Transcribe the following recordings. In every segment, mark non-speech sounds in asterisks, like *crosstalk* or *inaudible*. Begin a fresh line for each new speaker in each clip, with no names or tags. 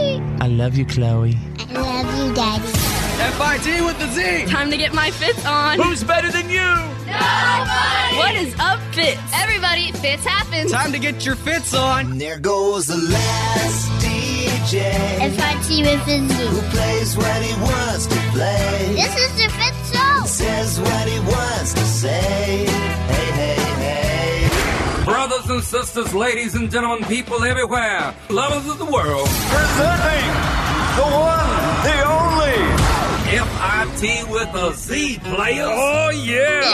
love you, Chloe.
I love you, Daddy.
FIT with the Z.
Time to get my fits on.
Who's better than you?
What is up, fits?
Everybody, fits happens.
Time to get your fits on.
There goes the last DJ
If I see with
who
Fizzy.
plays what he wants to play,
This is the fifth show.
says what he wants to say. Hey, hey, hey.
Brothers and sisters, ladies and gentlemen, people everywhere, lovers of the world,
Presenting the one, the only.
FIT with a Z player. Oh, yeah.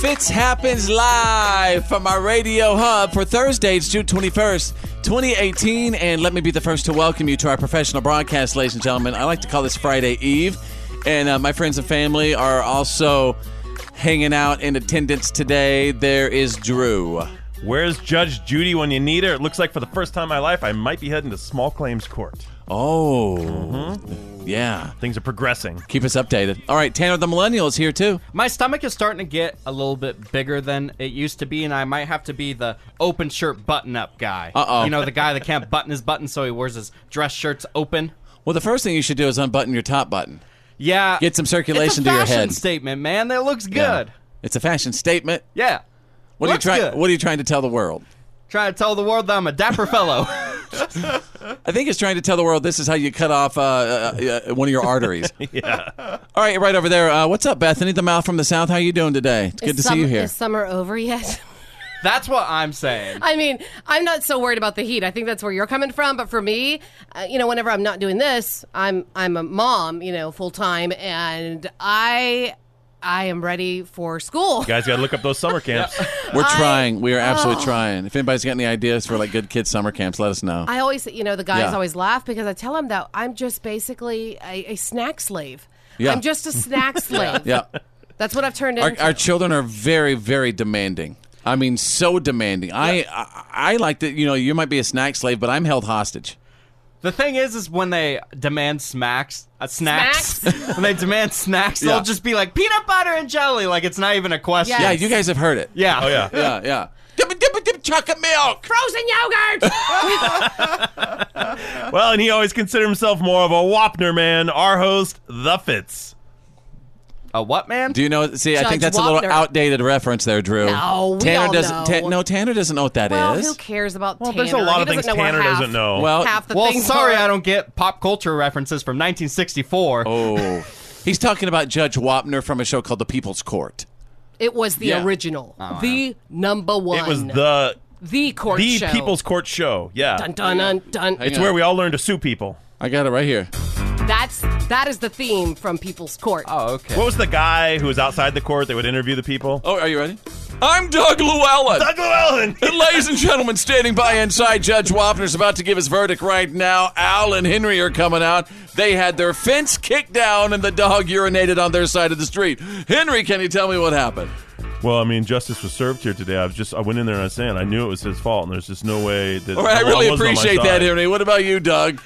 Fitz happens live from our radio hub for Thursday, it's June 21st, 2018. And let me be the first to welcome you to our professional broadcast, ladies and gentlemen. I like to call this Friday Eve. And uh, my friends and family are also hanging out in attendance today. There is Drew.
Where's Judge Judy when you need her? It looks like for the first time in my life, I might be heading to small claims court.
Oh,
Mm-hmm.
yeah.
Things are progressing. *laughs*
Keep us updated. All right, Tanner the Millennial is here too.
My stomach is starting to get a little bit bigger than it used to be, and I might have to be the open shirt button up guy.
Uh-oh.
You know, the guy that can't button his button, so he wears his dress shirts open.
Well, the first thing you should do is unbutton your top button.
Yeah.
Get some
it's a
circulation to your
fashion
head.
statement, man. That looks
Yeah.
good.
It's a fashion statement.
Yeah.
What are you
Looks
trying?
good.
What are you trying to tell the world?
Trying to tell the world that I'm a dapper fellow.
I think it's trying to tell the world this is how you cut off uh, uh, uh, one of your
*laughs*
arteries. yeah. All right, right over there. Uh, what's up, Bethany, the mouth from the south? How you doing today? It's *laughs* good to see you here.
Is summer over yet?
*laughs* That's what I'm saying.
I mean, I'm not so worried about the heat. I think that's where you're coming from. But for me, uh, you know, whenever I'm not doing this, I'm I'm a mom, you know, full time, and I I am ready for school.
Guys, got to look up those summer camps.
We're trying. We are
Oh.
absolutely trying. If anybody's got any ideas for like good kids summer camps, let us know.
I always, you know, the guys
Yeah.
always laugh because I tell them that I'm just basically a, a snack slave.
Yeah.
I'm just a
*laughs*
snack slave. *laughs*
yeah.
That's what I've turned
Our,
into.
our children are very, very demanding. I mean, so demanding. I, I I like that. You know, you might be a snack slave, but I'm held hostage.
The thing is, is when they demand smacks, uh, snacks, *laughs* when they demand snacks,
Yeah.
they'll just be like peanut butter and jelly, like it's not even a question.
Yeah,
Yes.
you guys have
*laughs*
heard it.
yeah.
Oh, yeah.
yeah, yeah. Dip, dip, dip, chocolate milk.
Frozen yogurt.
Well, and he always considered himself more of a Wapner man, our host, The Fitz.
*laughs* A what, man?
Do you know? See, I
Judge
think that's a
Wapner.
little outdated reference there, Drew.
No, we
Tanner
all
doesn't.
know.
Ta- no, Tanner doesn't know what that is.
well, who cares about
Well,
Tanner?
there's a lot
He
of things
doesn't know where
Tanner
half-
doesn't know.
Well,
Half the
well,
things.
sorry,
are.
I don't get pop culture references from 1964.
oh, he's talking about Judge Wapner from a show called The People's Court.
It was the
Yeah.
original,
Oh,
the number one.
It was the
the court
the
show.
People's Court show. Yeah.
dun dun dun dun.
Hang
It's
on.
where we all learn to sue people.
I got it right here.
That's that is the theme from People's Court.
Oh, okay.
What was the guy who was outside the court that would interview the people?
Oh, are you ready? I'm Doug Llewellyn.
Doug *laughs* Llewellyn.
And ladies and gentlemen, standing by inside, Judge Wapner's about to give his verdict right now. Al and Henry are coming out. They had their fence kicked down and the dog urinated on their side of the street. Henry, can you tell me what happened?
Well, I mean, justice was served here today. I was just I went in there and I was saying I knew it was his fault, and there's just no way that.
All right, Oh, I
the law
really
wasn't on my
appreciate
side.
that, Henry. What about you, Doug?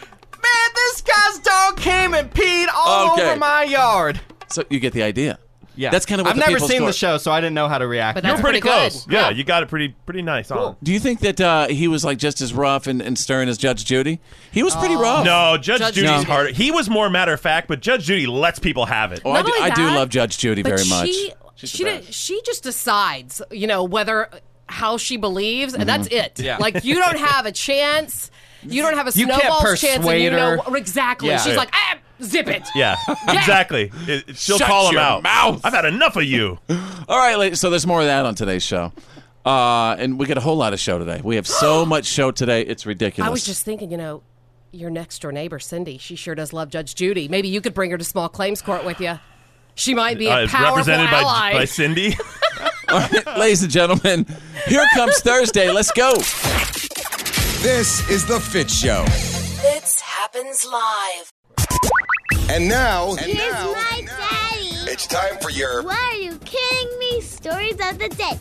man, this guy's dog came and peed all
Okay.
over my yard.
So you get the idea.
Yeah,
That's kind of what
I've
the
never
People's
seen the
Court-
show, so I didn't know how to react.
But
to
that's
it.
Pretty,
Pretty
close.
good.
Yeah,
Yeah.
you got it pretty pretty nice. on
Cool.
Do you think that uh, he was like just as rough and, and stern as Judge Judy? He was
Oh.
pretty rough.
No, Judge,
Judge
Judy's
Judy.
harder. He was more matter of fact, but Judge Judy lets people have it.
Oh, I,
Not
do,
only
I do
that,
love Judge Judy
but
very much.
she
She's
she
the
did,
best.
she just decides, you know, whether how she believes, and that's it.
*laughs* Yeah.
Like you don't have a chance. You don't have a
You can't
snowball's chance, and you
persuade her.
know exactly.
Yeah.
She's
Yeah.
like, ah, zip it. *laughs*
Yeah, exactly. It- it- she'll
Shut
call him
your
out.
mouth.
I've had enough of you.
All right, ladies, so there's more of that on today's show. Uh, and we got a whole lot of show today. We
*gasps*
have so much show today, it's ridiculous.
I was just thinking, you know, your next door neighbor, Cindy, she sure does love Judge Judy. Maybe you could bring her to small claims court with you. She might be a
Uh,
powerful
represented by,
ally.
by
*laughs*
Cindy.
All right, *laughs* ladies and gentlemen, here comes Thursday. Let's go.
This is The Fit Show.
Fits happens live.
And now, and
Here's
now
my daddy.
it's time for your.
Why are you kidding me? Stories of the day.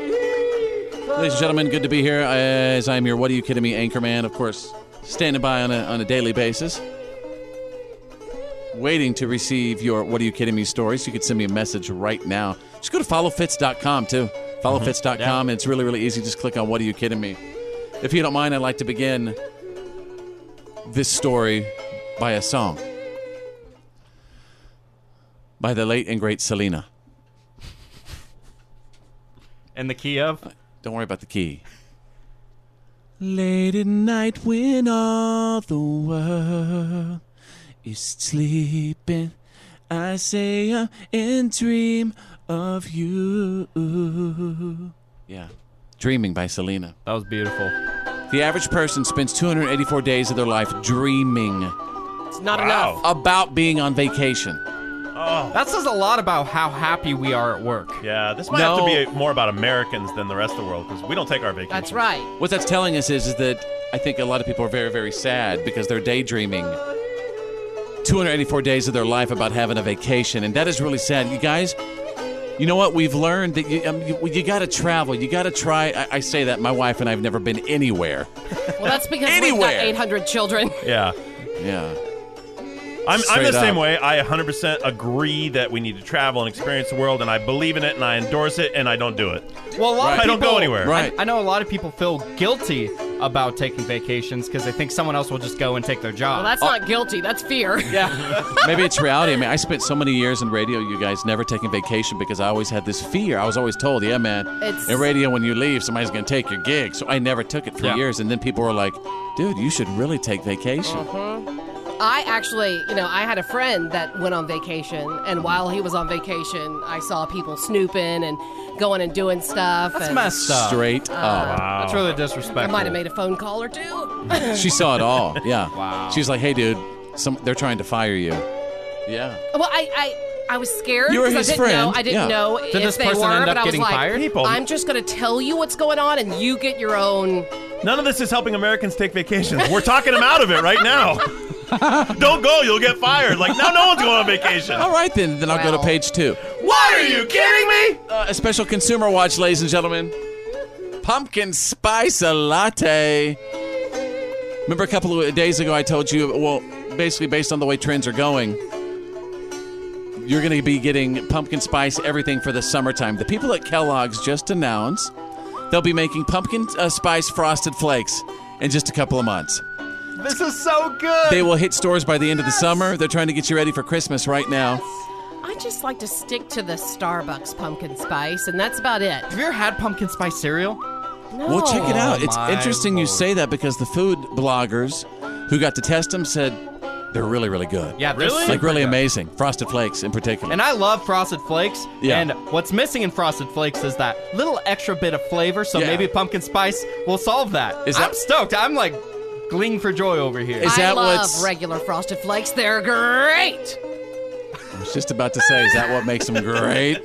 Ladies and gentlemen, good to be here. As I'm your What Are You Kidding Me anchorman, of course, standing by on a, on a daily basis, waiting to receive your What Are You Kidding Me stories. You could send me a message right now. Just go to followfits.com, too. Follow fits.com. And it's really, really easy. Just click on What Are You Kidding Me? If you don't mind, I'd like to begin this story by a song by the late and great Selena.
And the key of?
Don't worry about the key. Late at night when all the world is sleeping, I say up and dream of you. Yeah. Dreaming by Selena.
That was beautiful.
The average person spends 284 days of their life dreaming
It's not enough.
about being on vacation.
That says a lot about how happy we are at work.
Yeah, this might
No.
have to be more about Americans than the rest of the world because we don't take our vacations.
That's right.
What that's telling us is, is that I think a lot of people are very, very sad because they're daydreaming 284 days of their life about having a vacation. And that is really sad. You guys, you know what? We've learned that you, um, you, you got to travel. You got to try. I, I say that. My wife and I have never been anywhere.
Well, that's because we've got
Anywhere.
800 children. *laughs*
Yeah.
Yeah.
I'm, I'm
Straight
the same
up.
way. I 100% agree that we need to travel and experience the world, and I believe in it, and I endorse it, and I don't do it.
Well, a lot of
I don't
people-
go anywhere.
Right.
I know a lot of people feel guilty about taking vacations because they think someone else will just go and take their job.
Well, that's not guilty. That's fear.
Maybe it's reality. I mean, I spent so many years in radio, you guys, never taking vacation because I always had this fear. I was always told, yeah, man,
It's-
in radio, when you leave, somebody's going to take your gig. So I never took it for
Yeah.
years. And then people were like, dude, you should really take vacation.
I actually, you know, I had a friend that went on vacation, and while he was on vacation, I saw people snooping and going and doing stuff.
That's
and
messed up.
Straight up.
Wow.
That's really
I
disrespectful.
might have made a phone call or two.
She saw it all. Yeah.
Wow.
She was like, hey, dude, some, they're trying to fire you. Yeah.
Well, I, I, I was scared.
You were
'cause
his
I didn't
friend,
Know, I didn't
yeah.
know if
this
they
person
were,
end
but
up
I was
getting
like,
fired?
People-
I'm just going to tell you what's going on, and you get your own.
None of this is helping Americans take vacations. We're talking them out of it right now. don't go, you'll get fired. Like, now no one's going on vacation.
All right, then. Then I'll go to
Well.
page two.
What are you kidding me?
Uh, a special consumer watch, ladies and gentlemen. Pumpkin spice a latte. Remember a couple of days ago, I told you, well, basically based on the way trends are going, you're going to be getting pumpkin spice everything for the summertime. The people at Kellogg's just announced they'll be making pumpkin uh, spice frosted flakes in just a couple of months.
This is so good.
They will hit stores by the end of the summer. They're trying to get you ready for Christmas right now.
I just like to stick to the Starbucks pumpkin spice, and that's about it.
have you ever had pumpkin spice cereal?
Well, check it out.
Oh,
It's
my
interesting you
Lord.
say that because the food bloggers who got to test them said they're really, really good.
Yeah, they're Really?
Like
super
really
good.
amazing. Frosted Flakes in particular.
And I love Frosted Flakes.
Yeah.
And what's missing in Frosted Flakes is that little extra bit of flavor. So
Yeah.
maybe pumpkin spice will solve that.
Is
I'm
that-
stoked. I'm like gleeing for joy over here.
Is
I
that
love
what's-
regular frosted flakes. They're great.
I was just about to say, is that what makes them great?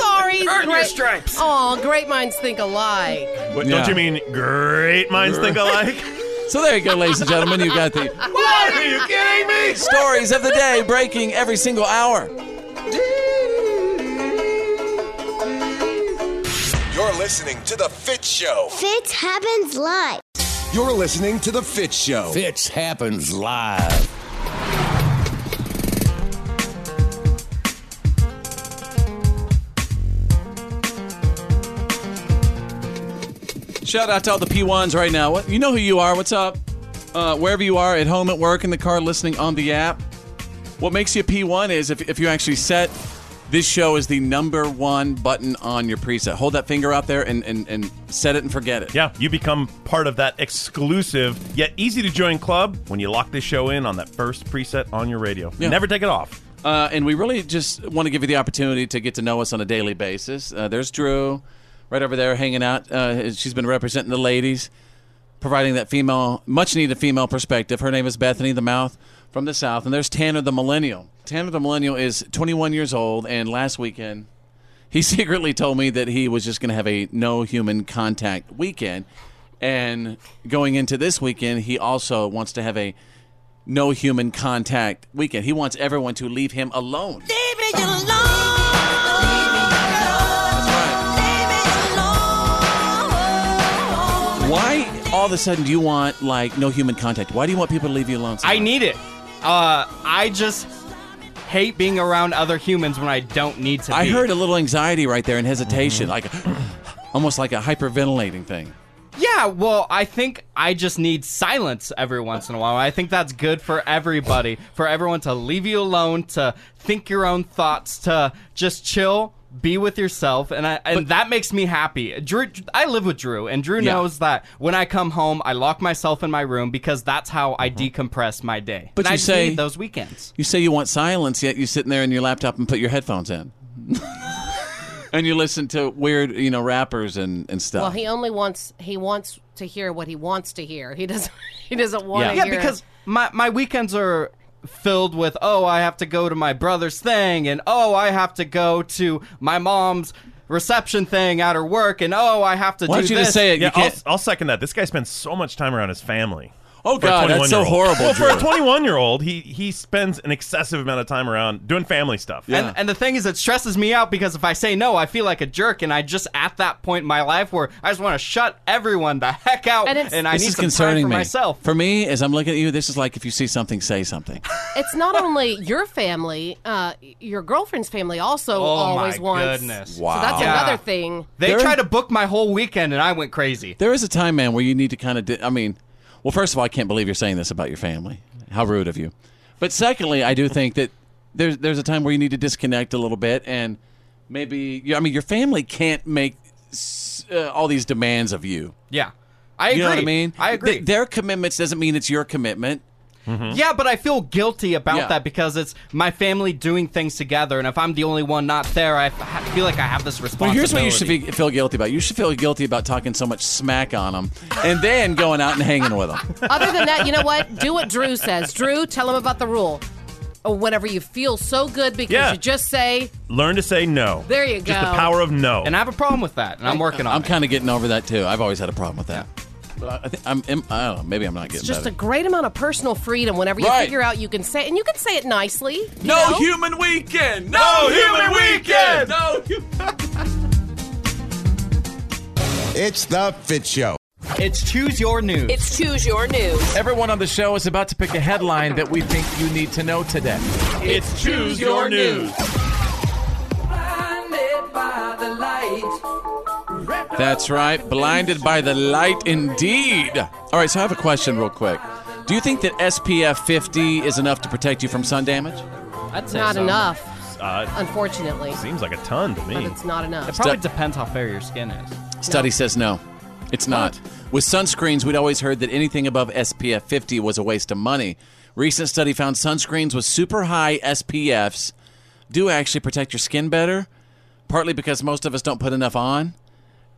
Sorry. Earn your stripes. Oh, great minds think alike.
What,
Yeah.
Don't you mean great minds think alike?
so there you go, ladies and gentlemen. You got the
*laughs*
what are you kidding me?
stories of the day breaking every single hour.
You're listening to The Fit Show.
Fit happens live.
You're listening to The Fit Show.
Fitch happens live.
Shout out to all the P1s right now. What, you know who you are. What's up? Uh, wherever you are, at home, at work, in the car, listening on the app. What makes you a P1 is if, if you actually set this show as the number one button on your preset. Hold that finger out there and, and, and set it and forget it.
Yeah, you become part of that exclusive yet easy to join club when you lock this show in on that first preset on your radio.
Yeah.
Never take it off.
Uh, and we really just want to give you the opportunity to get to know us on a daily basis. Uh, there's Drew right over there hanging out. Uh, she's been representing the ladies, providing that female, much needed female perspective. Her name is Bethany the Mouth from the South. And there's Tanner the Millennial. Tanner the Millennial is 21 years old, and last weekend he *laughs* secretly told me that he was just going to have a no human contact weekend. And going into this weekend, he also wants to have a no human contact weekend. He wants everyone to leave him alone. Why all of a sudden do you want like no human contact? Why do you want people to leave you alone? so
I
much?
need it. Uh, I just hate being around other humans when I don't need to
I
be.
heard a little anxiety right there and hesitation,
Mm-hmm.
like almost like a hyperventilating thing.
Yeah, well, I think I just need silence every once in a while. I think that's good for everybody, for everyone to leave you alone, to think your own thoughts, to just chill, be with yourself, and I, and that makes me happy. Drew, I live with Drew, and Drew
Yeah.
knows that when I come home, I lock myself in my room because that's how I decompress my day.
Mm-hmm. But
And
you
I just
say-
need those weekends.
You say you want silence, yet you sitting there in your laptop and put your headphones in, *laughs* and you listen to weird, you know, rappers and and stuff.
Well, he only wants he wants to hear what he wants to hear. He doesn't *laughs* he doesn't want to
Yeah,
hear.
because my my weekends are filled with oh, I have to go to my brother's thing, and oh, I have to go to my mom's reception thing at her work, and oh, I have to.
Why
do
don't you
this.
just say it?
Yeah,
you
I'll,
can't.
I'll second that. This guy spends so much time around his family.
Oh
For a
God, that's so
21-year-old.
horrible.
Well, for
Drew.
a 21 year old, he he spends an excessive amount of time around doing family stuff.
Yeah.
And, and the thing is, it stresses me out because if I say no, I feel like a jerk, and I just at that point in my life where I just want to shut everyone the heck out,
And
and,
it's-
I
this
need
is
some
concerning
time for
me.
myself.
For me, as I'm looking at you, this is like if you see something, say something.
it's not only your family, uh, your girlfriend's family also
oh
always
my
wants.
goodness!
So that's
Wow. Yeah.
another thing.
They
There-
tried to book my whole weekend, and I went crazy.
There is a time, man, where you need to kind of. Di- I mean, well, first of all, I can't believe you're saying this about your family. How rude of you. But secondly, I do think that there's there's a time where you need to disconnect a little bit and maybe. You, I mean, your family can't make s- uh, all these demands of you.
Yeah, I agree.
You know what I mean?
I
Th-
agree.
their commitments doesn't mean it's your commitment.
Yeah, but I feel guilty about
Mm-hmm. Yeah.
that because it's my family doing things together, and if I'm the only one not there, I ha- feel like I have this
Well,
responsibility.
here's what you should be, feel guilty about. You should feel guilty about talking so much smack on them, and then going out and hanging *laughs* with them.
Other than that, you know what? Do what Drew says. Drew, tell him about the rule. Or Whenever you feel so good because
Yeah.
you just say,
Learn to say no.
There you
Just
go.
the power of no.
and I have a problem with that, and I'm working on
I'm
it.
kind of getting over that too. I've always had a problem with that. But I, I think I'm, I'm. I don't know. Maybe I'm not getting
it's just a
better.
great amount of personal freedom whenever you
Right.
figure out you can say and you can say it nicely. you
no
know?
human weekend. No,
human weekend!
No. Human-
It's the Fit Show.
it's choose your news.
It's Choose Your News.
Everyone on the show is about to pick a headline that we think you need to know today.
it's choose your news.
That's right. Blinded by the light, indeed. All right. So I have a question, real quick. Do you think that SPF 50 is enough to protect you from sun damage?
I'd say
Not
so.
enough,
Uh,
unfortunately.
seems like a ton to
But
me.
it's not
It
enough.
probably depends how fair your skin is.
Study says no. It's not. With sunscreens, we'd always heard that anything above SPF 50 was a waste of money. Recent study found sunscreens with super high SPFs do actually protect your skin better, partly because most of us don't put enough on.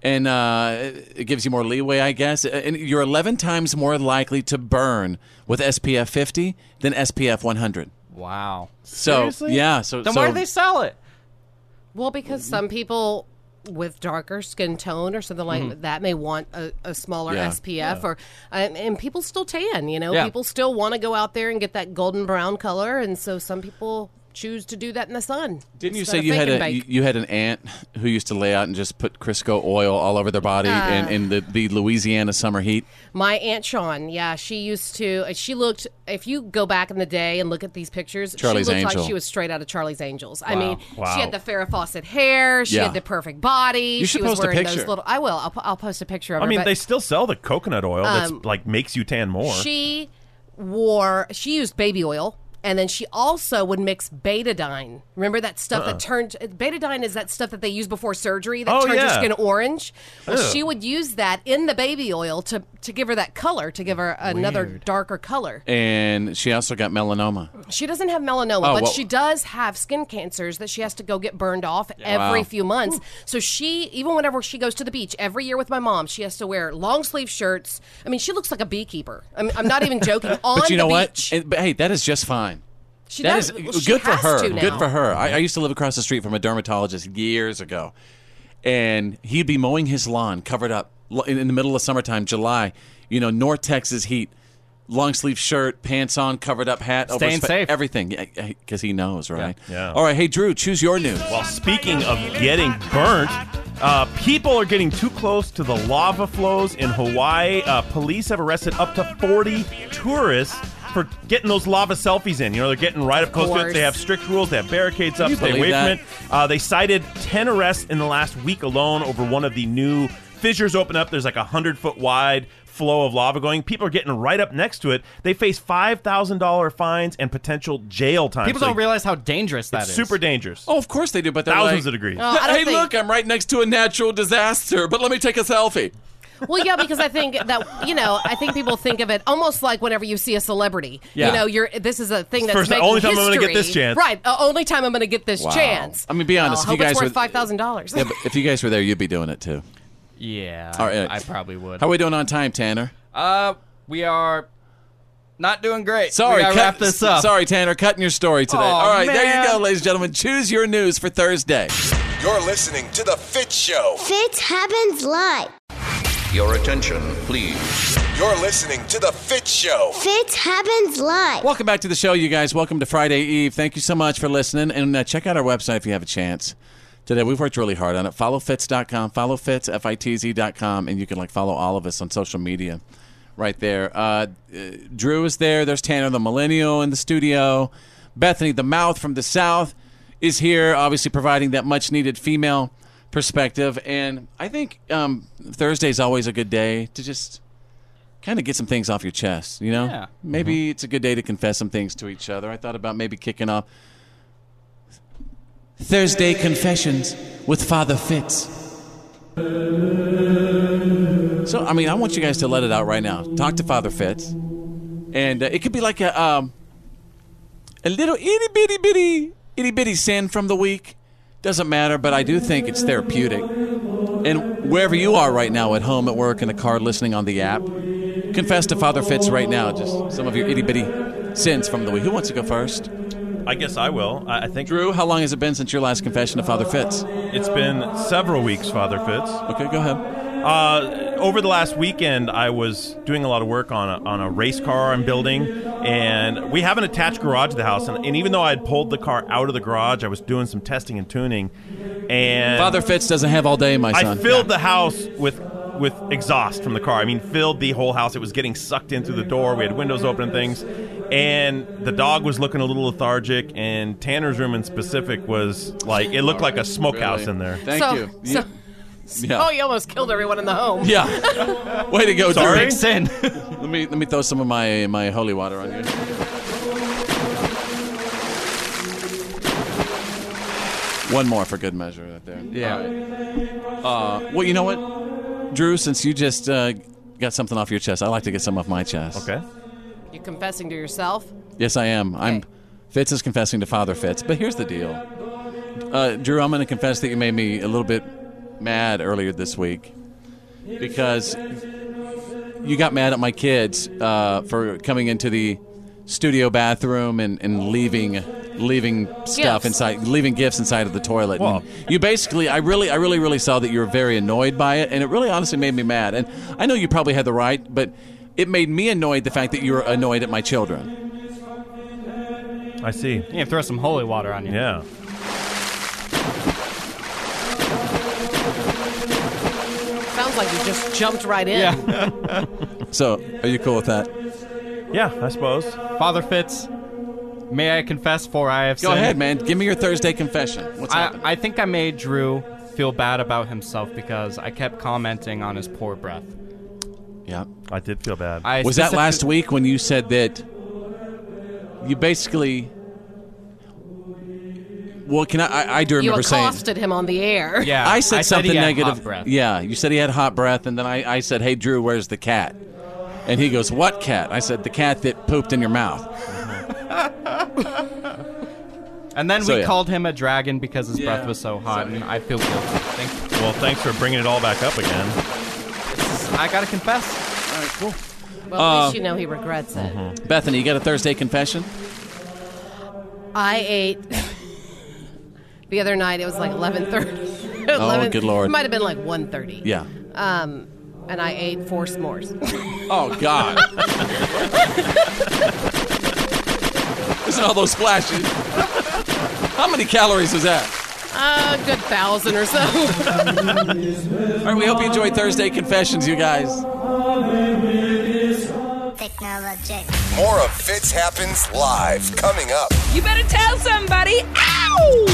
And uh, it it gives you more leeway, I guess. And you're 11 times more likely to burn with SPF 50 than SPF 100.
Wow.
So,
Seriously?
yeah. So,
Then
so
why do they sell it?
Well, because
Mm-hmm.
some people with darker skin tone or something like that may want a, a smaller
Mm-hmm. Yeah.
SPF, or and, and people still tan. You know,
Yeah.
people still want to go out there and get that golden brown color, and so some people choose to do that in the sun.
Didn't you
instead
say
of
you had
bacon
a you,
bake.
you had an aunt who used to lay out and just put Crisco oil all over their body
Uh.
in, in the, the Louisiana summer heat?
My aunt Sean, yeah, she used to. uh, She looked. If you go back in the day and look at these pictures,
Charlie's
she looked
Angel.
like she was straight out of Charlie's Angels. I mean,
Wow.
she had the Farrah Fawcett hair. She
Yeah.
had the perfect body.
You should
she was
post a
wearing
picture.
those little. I will. I'll, po- I'll post a picture of
I
her.
mean,
but- Um,
they still sell the coconut oil that's like makes you tan more.
She wore, she used baby oil. And then she also would mix betadine. Remember that stuff that turned betadine is that stuff that they use before surgery that
Uh-uh. Oh,
turns your
yeah.
skin orange. Well, she would use that in the baby oil to to give her that color, to give her another darker color.
And she also got melanoma.
She doesn't have melanoma, but
Oh, well-
she does have skin cancers that she has to go get burned off every
Wow.
few months. So she, even whenever she goes to the beach every year with my mom, she has to wear long sleeve shirts. I mean, she looks like a beekeeper. I'm, I'm not
*laughs*
even joking. On
But you know
the
what?
beach,
It- but hey, that is just fine.
she
That
does-
is
well, she
good for
has
her.
to now.
Good for her. I, I used to live across the street from a dermatologist years ago, and he'd be mowing his lawn covered up lo- in, in the middle of summertime, July. You know, North Texas heat, long sleeve shirt, pants on, covered up hat, over
Staying
his fa-
safe.
everything, because he knows, right?
Yeah.
All right, hey Drew, choose your news.
Well, speaking of getting burnt, uh, people are getting too close to the lava flows in Hawaii. Uh, police have arrested up to 40 tourists for getting those lava selfies in. You know, they're getting right up close to it.
course.
They have strict rules. They have barricades up.
you
Stay away
believe that?
from it. Uh, they cited 10 arrests in the last week alone over one of the new fissures open up. There's like a 100 foot wide flow of lava going. People are getting right up next to it. They face $5,000 fines and potential jail time.
People
So
don't realize how dangerous that is.
it's super dangerous.
Oh, of course they do, but they're
Thousands
like,
of degrees.
Oh, I don't
hey,
think-
look, I'm right next to a natural disaster, but let me take a selfie.
Well, yeah, because I think that you know, I think people think of it almost like whenever you see a celebrity.
Yeah.
You know, you're this is a thing that's
First- the
making
only time I'm gonna get
history.
this chance.
Right, the only time I'm going to get this chance.
I mean, be honest,
I'll
if
hope
you guys
it's
were
worth five thousand dollars.
Yeah, but if you guys were there, you'd be doing it too.
Yeah,
All right.
I probably would.
How are we doing on time, Tanner?
uh, we are not doing great.
Sorry,
we gotta
cut,
wrap this up.
Sorry, Tanner, cutting your story today.
Aw,
All right, there
man.
you go, ladies and gentlemen. Choose your news for Thursday.
You're listening to The Fit Show.
Fits happens live.
Your attention, please.
You're listening to The Fit Show.
Fits happens live.
Welcome back to the show, you guys. Welcome to Friday Eve. Thank you so much for listening. And uh, check out our website if you have a chance. Today, we've worked really hard on it. Followfits.com, followfits, F I T Z.com, and you can like follow all of us on social media right there. Uh, uh, Drew is there. There's Tanner, the millennial, in the studio. Bethany, the mouth from the South, is here, obviously providing that much needed female perspective. And I think um, Thursday's always a good day to just kind of get some things off your chest, you know?
Yeah.
Maybe it's a good day to confess some things to each other. I thought about maybe kicking off Thursday Confessions with Father Fitz. So, I mean, I want you guys to let it out right now. Talk to Father Fitz. And uh, it could be like a, um, a little itty bitty bitty, itty bitty sin from the week. Doesn't matter, but I do think it's therapeutic. And wherever you are right now, at home, at work, in the car, listening on the app, confess to Father Fitz right now just some of your itty bitty sins from the week. Who wants to go first?
I guess I will. I, I think
Drew, how long has it been since your last confession to Father Fitz?
it's been several weeks, Father Fitz.
Okay, go ahead.
Uh, over the last weekend, I was doing a lot of work on a, on a race car I'm building, and we have an attached garage to the house. And, and even though I had pulled the car out of the garage, I was doing some testing and tuning, and
Father Fitz doesn't have all day, my
I
son.
filled the house with with exhaust from the car. I mean, filled the whole house. It was getting sucked in through the door. We had windows open and things, and the dog was looking a little lethargic. And Tanner's room in specific was like it looked like a smokehouse in there.
Thank
So-
you.
so-
yeah.
*laughs* Oh, you almost killed everyone in the home.
*laughs* yeah. Way to go,
Sorry?
Drew.
Sin.
*laughs* Let me let me throw some of my my holy water on you. One more for good measure, right there.
Yeah.
All right. Uh, well, you know what, Drew? Since you just uh, got something off your chest, I like to get some off my chest.
Okay.
You confessing to yourself?
Yes, I am. I'm.
Okay.
Fitz is confessing to Father Fitz, but here's the deal, uh, Drew. I'm going to confess that you made me a little bit mad earlier this week because you got mad at my kids uh, for coming into the studio bathroom and, and leaving leaving stuff
Gifts.
inside, leaving gifts inside of the toilet.
Well-
And you basically, I really, I really, really saw that you were very annoyed by it, and it really, honestly, made me mad. And I know you probably had the right, but it made me annoyed the fact that you were annoyed at my children.
I see.
Yeah, throw some holy water on you.
Yeah.
Sounds like you just jumped right in.
Yeah.
So, are you cool with that?
Yeah, I suppose.
Father Fitz, may I confess for I have
Go
sinned?
ahead, man. Give me your Thursday confession. What's happening?
I, I think I made Drew feel bad about himself because I kept commenting on his poor breath.
yeah.
I did feel bad.
I
Was that
specific-
last week when you said that you basically? Well, can I? I, I do
You
remember saying.
accosted him on the air.
Yeah,
I said something
he had
negative.
hot breath.
Yeah, you said he had hot breath, and then I, I said, "Hey, Drew, where's the cat?" And he goes, "What cat?" I said, "The cat that pooped in your mouth."
and then
So,
we
yeah.
called him a dragon because his breath was so hot, and I feel guilty. Thank you.
well, thanks for bringing it all back up again.
I gotta confess.
All right, cool.
Well, at
Uh,
least you know he regrets it.
mm-hmm. Bethany, you got a Thursday confession?
I ate *laughs* the other night. It was like eleven thirty. *laughs*
Oh, good Lord.
It might have been like 1.30.
Yeah.
Um, and I ate four s'mores. *laughs*
Oh God! Listen to all those flashes. How many calories was that?
A good thousand or so. *laughs*
All right, we hope you enjoyed Thursday Confessions, you guys.
Technologic.
More of Fits Happens Live coming up.
You better tell somebody. Ow!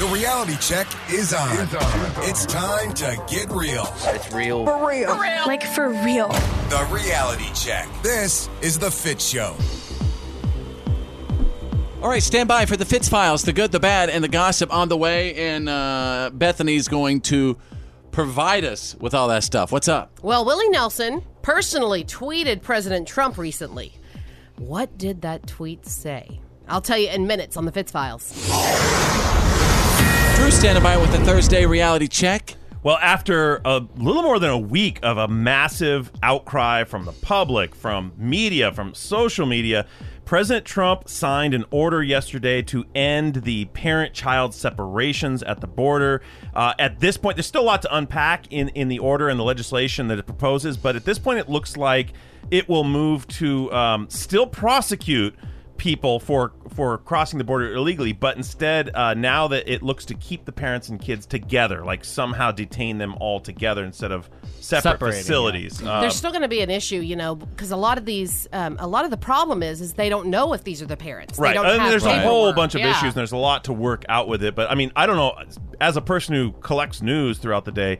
The reality check is on. It's, time to get real. It's real.
Like for real.
The reality check. This is The Fit Show.
All right, stand by for the Fitz Files, the good, the bad, and the gossip on the way. And uh, Bethany's going to provide us with all that stuff. What's up?
Well, Willie Nelson personally tweeted President Trump recently. What did that tweet say? I'll tell you in minutes on the Fitz Files.
Drew standing by with the Thursday reality check.
Well, after a little more than a week of a massive outcry from the public, from media, from social media, President Trump signed an order yesterday to end the parent child separations at the border. Uh, at this point, there's still a lot to unpack in, in the order and the legislation that it proposes, but at this point, it looks like it will move to um, still prosecute people for for crossing the border illegally, but instead uh, now that it looks to keep the parents and kids together, like somehow detain them all together instead of separate
Separating, yeah.
facilities. Um,
There's still going to be an issue, you know, because a lot of these, um, a lot of the problem is, is they don't know if these are the parents. They
Right.
don't
And
have
there's a
paperwork.
whole bunch of
Yeah.
issues, and there's a lot to work out with it. But I mean, I don't know. As a person who collects news throughout the day,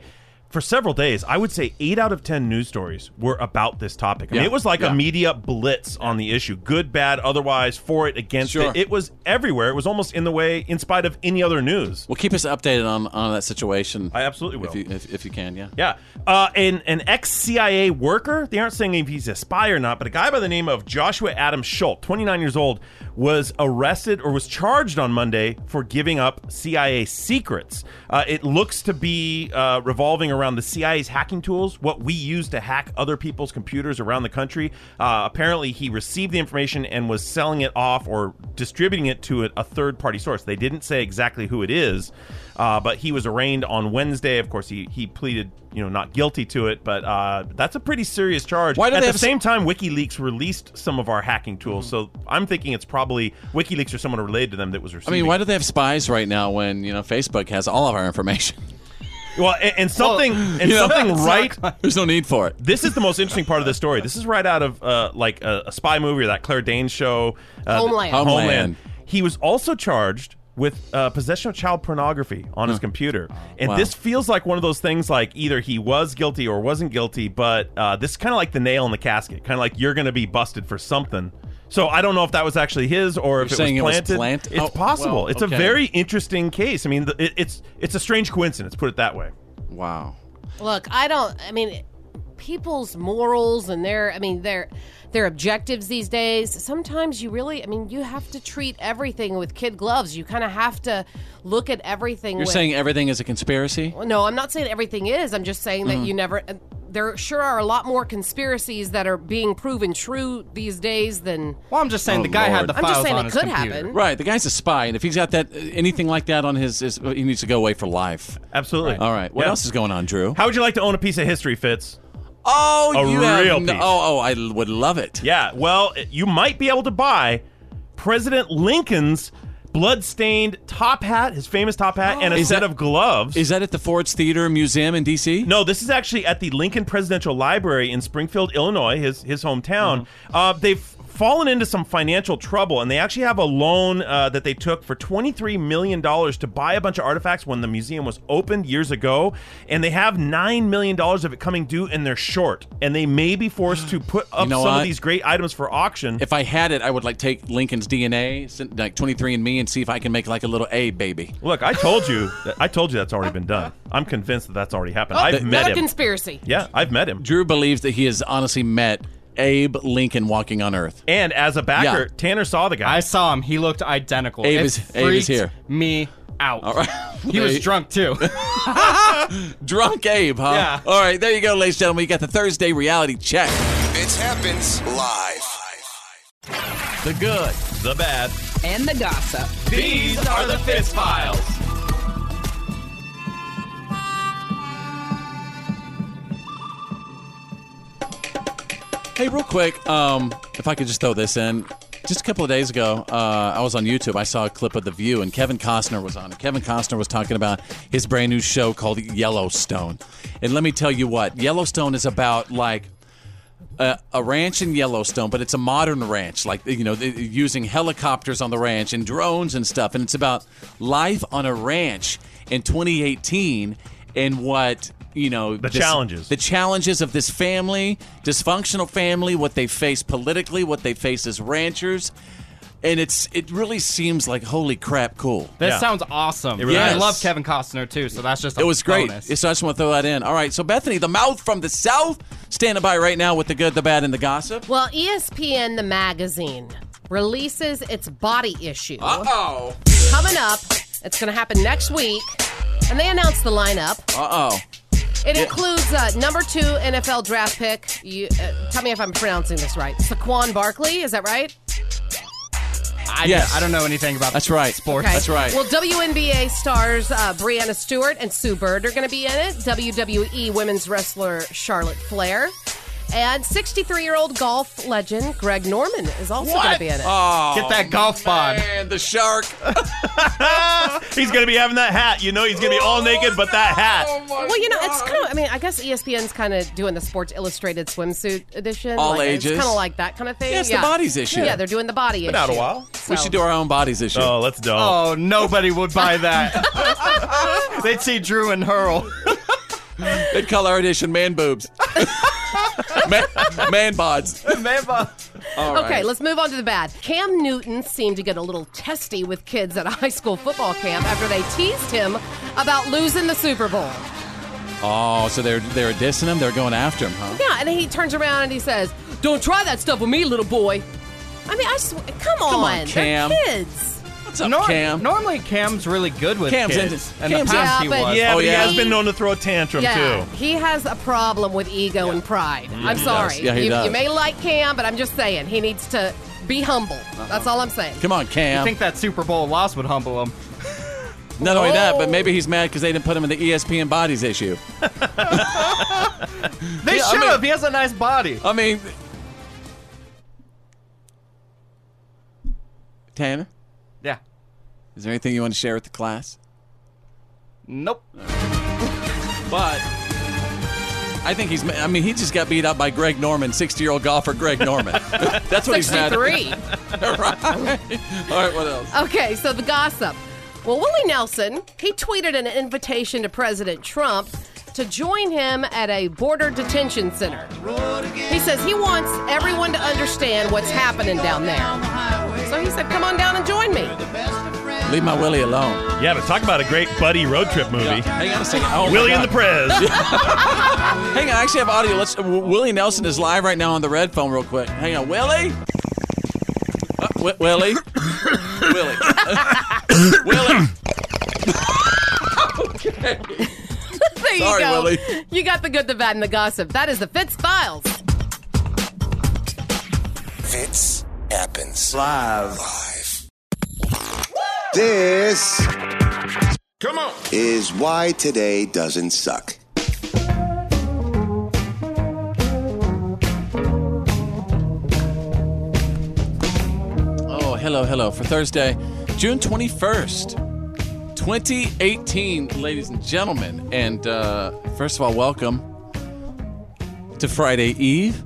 for several days, I would say eight out of 10 news stories were about this topic. I mean,
Yeah.
it was like
Yeah.
a media blitz on the issue good, bad, otherwise, for it, against
Sure.
it. It was everywhere. It was almost in the way, in spite of any other news.
Well, keep us updated on, on that situation. I
absolutely will.
If you, if, if you can, yeah.
Yeah. Uh, an an ex CIA worker, they aren't saying if he's a spy or not, but a guy by the name of Joshua Adam Schultz, 29 years old, was arrested or was charged on Monday for giving up CIA secrets. Uh, it looks to be uh, revolving around the CIA's hacking tools, what we use to hack other people's computers around the country. Uh, apparently, he received the information and was selling it off or distributing it to a, a third party source. They didn't say exactly who it is, uh, but he was arraigned on Wednesday. Of course, he he pleaded you know not guilty to it, but uh, that's a pretty serious charge.
Why do they
At the
have s- Mm-hmm.
same time, WikiLeaks released some of our hacking tools, so I'm thinking it's probably WikiLeaks or someone related to them that was
I
receiving.
mean, why do they have spies right now when, you know, Facebook has all of our information?
Well, and,
*laughs*
and something *laughs* and
You know,
something
it's
right
There's no need for it.
This is the most interesting part of the story. This is right out of uh, like a, a spy movie or that Claire Danes show. Uh,
Homeland.
Homeland.
Homeland.
He was also charged with uh, possession of child pornography on his computer, and
Wow.
this feels like one of those things. Like either he was guilty or wasn't guilty, but uh, this is kind of like the nail in the casket. Kind of like you're going to be busted for something. So I don't know if that was actually his or
You're
if it was
saying it was
planted.
plant-
It's
Oh,
possible.
well,
it's
okay.
a very interesting case. I mean, the, it, it's it's a strange coincidence. Put it that way.
Wow.
Look, I don't. I mean, people's morals and their, I mean, their their objectives these days. Sometimes you really, I mean, you have to treat everything with kid gloves. You kind of have to look at everything.
You're
with,
saying everything is a conspiracy?
Well, no, I'm not saying everything is. I'm just saying that
Mm-hmm.
Mhm.
you never. uh, There sure are a lot more conspiracies that are being proven true these days than.
Well, I'm just saying
Oh,
the guy had the
I'm
files
just saying it
on his
could
computer.
happen.
Right. The guy's a spy, and if he's got that uh, anything like that on his, his he needs to go away for life.
Absolutely.
All right. What
Yeah.
else is going on, Drew?
How would you like to own a piece of history, Fitz?
Oh,
A
you have
real
no-
piece.
oh, oh, I l- would love it.
Yeah, well, you might be able to buy President Lincoln's blood-stained top hat, his famous top hat, and a
Is
set
that-
of gloves.
Is that at the Ford's Theater Museum in D.C.?
no, this is actually at the Lincoln Presidential Library in Springfield, Illinois, his his hometown.
Mm-hmm.
Uh, they've fallen into some financial trouble, and they actually have a loan uh, that they took for twenty three million dollars to buy a bunch of artifacts when the museum was opened years ago, and they have nine million dollars of it coming due, and they're short, and they may be forced
*sighs*
to put up
know
some
what?
of these great items for auction.
If I had it, I would like take Lincoln's DNA, send, like 23andMe, and see if I can make like a little A baby.
Look, I told you. That, I told you that's already been done. I'm convinced that that's already happened.
Oh,
I've met
another
him.
conspiracy.
yeah, I've met him.
Drew believes that he has honestly met Abe Lincoln walking on Earth.
And as a backer,
Yeah.
Tanner saw the guy.
I saw him. He looked identical.
Abe
It
is- Abe is
freaked
here.
Me out.
All right.
He was
Hey. *laughs*
drunk too.
Drunk Abe, huh?
Yeah.
All right, there you go, ladies and gentlemen. You got the Thursday reality check.
Fits Happens Live.
The good.
the bad.
And the gossip.
These are the Fist Files.
Hey, real quick, um, if I could just throw this in. Just a couple of days ago, uh, I was on YouTube. I saw a clip of The View, and Kevin Costner was on it. Kevin Costner was talking about his brand new show called Yellowstone. And let me tell you what Yellowstone is about like a, a ranch in Yellowstone, but it's a modern ranch, like you know, they- using helicopters on the ranch and drones and stuff. And it's about life on a ranch in 2018 and what you know the
challenges.
the challenges of this family, dysfunctional family, what they face politically, what they face as ranchers. And it's it really seems like holy crap, cool.
That sounds awesome.
It really
yeah, I
is.
love Kevin Costner too, so that's just a
It was great.
bonus.
So I just want to throw that in. All right, so Bethany, the mouth from the south, standing by right now with the good, the bad, and the gossip.
Well, E ESPN, the magazine, releases its body issue. Uh
oh.
Coming up. It's going to happen next week. And they announced the lineup.
Uh oh.
It
Yeah.
includes uh, number two NFL draft pick. You, uh, tell me if I'm pronouncing this right. Saquon Barkley, is that right?
I,
Yes.
I don't know anything about
That's right.
sports.
Okay.
That's right.
Well, WNBA stars uh, Brianna Stewart and Sue Bird are going to be in it. WWE women's wrestler Charlotte Flair. And 63 year old golf legend Greg Norman is also going to be in it.
Get that golf bod.
And the shark.
he's gonna be having that hat. You know, he's gonna be all naked, but that
Oh
hat.
well, you know, it's kind of, I mean, I guess E ESPN's kind of doing the Sports Illustrated swimsuit edition.
All
Like,
ages.
It's kind of like that kind of thing.
Yeah, it's the bodies issue.
Yeah, they're doing the body issue.
Been out a while. We
So-
should do our own bodies issue.
Oh, let's do.
Oh, nobody would buy that. *laughs* They'd see Drew and Hurl.
They'd call our edition man boobs. man, man bods.
Man bod.
All
Okay,
right.
let's move on to the bad. Cam Newton seemed to get a little testy with kids at a *laughs* high school football camp after they teased him about losing the Super Bowl.
Oh, so they're they're dissing him. They're going after him, huh?
Yeah, and he turns around and he says, "Don't try that stuff with me, little boy." I mean, I sw- come on,
on,
they're
Cam.
kids.
What's up,
Nor-
Cam?
Normally, Cam's really good with
Cam's
kids.
into-
In
Cam's
the past,
into-
he
Yeah,
was.
but-
Yeah, but
yeah.
he has been known to throw a tantrum
Yeah,
too.
he has a problem with ego and pride. I'm sorry.
Yeah, he
you,
does.
you may like Cam, but I'm just saying he needs to be humble. That's all I'm saying.
Uh-huh. Come on,
I
Cam.
think that Super Bowl loss would humble him.
Not only that, but maybe he's mad because they didn't put him in the E ESPN bodies issue.
They
Yeah, I
should
mean-
have. He has a nice body.
I mean, Tanner,
Yeah.
is there anything you want to share with the class?
Nope.
But I think he's. ma- I mean, he just got beat up by Greg Norman, sixty-year-old golfer Greg Norman. *laughs* That's what he's mad. at.
Sixty-three.
*laughs* right. All right. What else?
Okay, so the gossip. Well, Willie Nelson, he tweeted an invitation to President Trump to join him at a border detention center. He says he wants everyone to understand what's happening down there. So he said, "Come on down and join me."
Leave my Willie alone.
Yeah, but talk about a great buddy road trip movie.
Yeah, Hang on a second. Oh, my
Willie
God.
and the
*laughs*
Prez.
Hang on, I actually have audio. Let's. uh, W- Willie Nelson is live right now on the red phone, real quick. Hang on, Willie. Uh, Wi- Willie. *coughs* Willie. *coughs* Willie.
There
Sorry,
you go.
Willie.
*laughs* You got the good, the bad, and the gossip. That is the Fitz Files.
Fits happens.
Live.
Live.
This
Come on.
is why today doesn't suck.
Oh, hello, hello. For Thursday, June 21st, 2018, ladies and gentlemen. And uh, first of all, welcome to Friday Eve.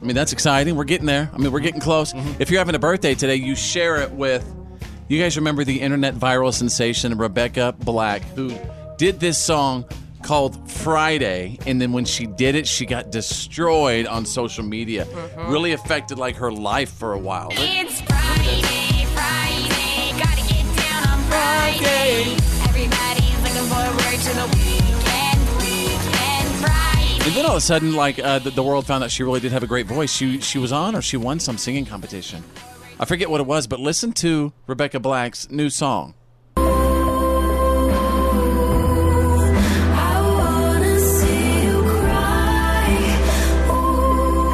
I mean, that's exciting. We're getting there. I mean, we're getting close. If you're having a birthday today, you share it with. You guys remember the internet viral sensation Rebecca Black, who did this song called Friday, and then when she did it, she got destroyed on social media. Really affected like her life for a while.
It's Friday, Friday. Gotta get down on Friday. Everybody's looking forward to the weekend, weekend, Friday.
And then all of a sudden, like uh, the, the world found out she really did have a great voice. She she was on or she won some singing competition. I forget what it was, but listen to Rebecca Black's new song.
I wanna see you cry. Ooh,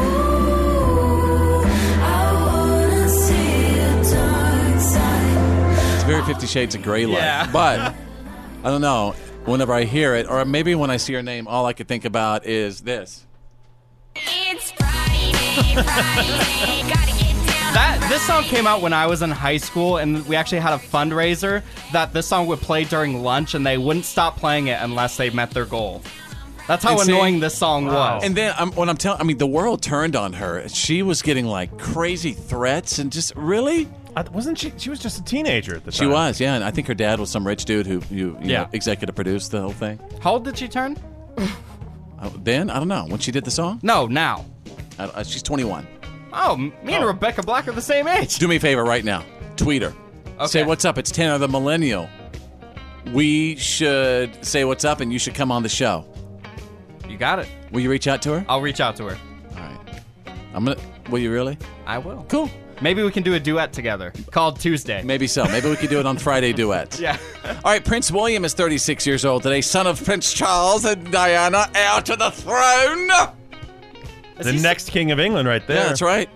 I wanna see your dark side.
It's very Fifty Shades of Grey like, *laughs* but I don't know. Whenever I hear it, or maybe when I see her name, all I could think about is this.
It's Friday, Friday. Gotta get down
That this song came out when I was in high school, and we actually had a fundraiser that this song would play during lunch, and they wouldn't stop playing it unless they met their goal. That's how
And see-
annoying this song was.
And then um, when I'm telling, I mean, the world turned on her. She was getting like crazy threats and just really.
wasn't she? She was just a teenager at the
She was, yeah, and I think her dad was some rich dude who you, you
Yeah.
know, executive produced the whole thing.
How old did she turn?
Uh, then I don't know when she did the song.
No, now.
Uh, she's 21.
Oh, me and Rebecca Black are the same age.
Do me a favor right now. Tweet her. Say what's up. It's Tanner the Millennial. We should say what's up, and you should come on the show.
You got it.
Will you reach out to her?
I'll reach out to her.
All right. I'm gonna. Will you really?
I will.
Cool.
Maybe we can do a duet together called Tuesday.
Maybe so. Maybe we could do it on Friday duets. *laughs*
*laughs*
Yeah.
All right. Prince William is 36 years old today, son of Prince Charles and Diana, heir to the throne.
The next king of England, right there.
Yeah, that's right.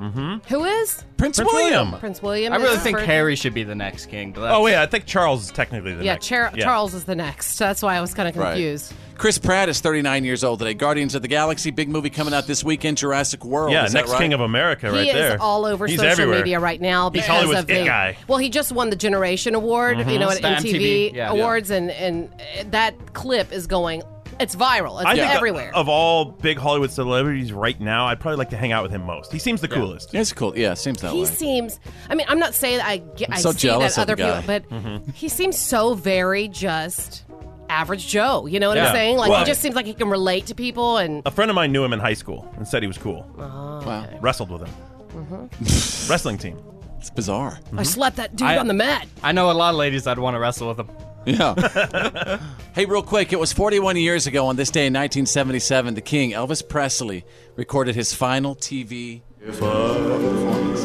Mm-hmm.
Who is
Prince,
William.
Prince William.
I really
is
think
for-
Harry should be the next king. But
Oh wait, I think Charles is technically the
Yeah,
next.
Char- Charles is the next. So that's why I was kind of
Right.
confused.
Chris Pratt is 39 years old today. Guardians of the Galaxy, big movie coming out this weekend. Jurassic World.
Yeah,
is that
next
right?
king of America,
he is all over
He's
social
everywhere.
media right now
He's
because
Hollywood's
of the
it guy.
well, he just won the Generation Award, you
Mhm.
know, at
It's the
MTV,
MTV, yeah.
Awards, and and that clip is going, it's viral, it's
I think
everywhere.
Of all big Hollywood celebrities right now, I'd probably like to hang out with him most. He seems the coolest.
He's cool. Yeah, seems that
he seems. I mean, I'm not saying that I get.
I'm
I
so
see
jealous
that
of
other
the guy.
people, but
Mhm.
he seems so very just average Joe. You know what
Yeah.
I'm saying? Like
Well-
he just seems like he can relate to people, and
A friend of mine knew him in high school and said he was cool.
Wow.
Wrestled with him.
Mhm.
*laughs* Wrestling team.
It's bizarre.
I slapped that dude
I-
on the mat.
I know a lot of ladies I'd want to wrestle with them.
Yeah. hey, real quick, it was 41 years ago on this day in 1977, the King Elvis Presley recorded his final TV performance.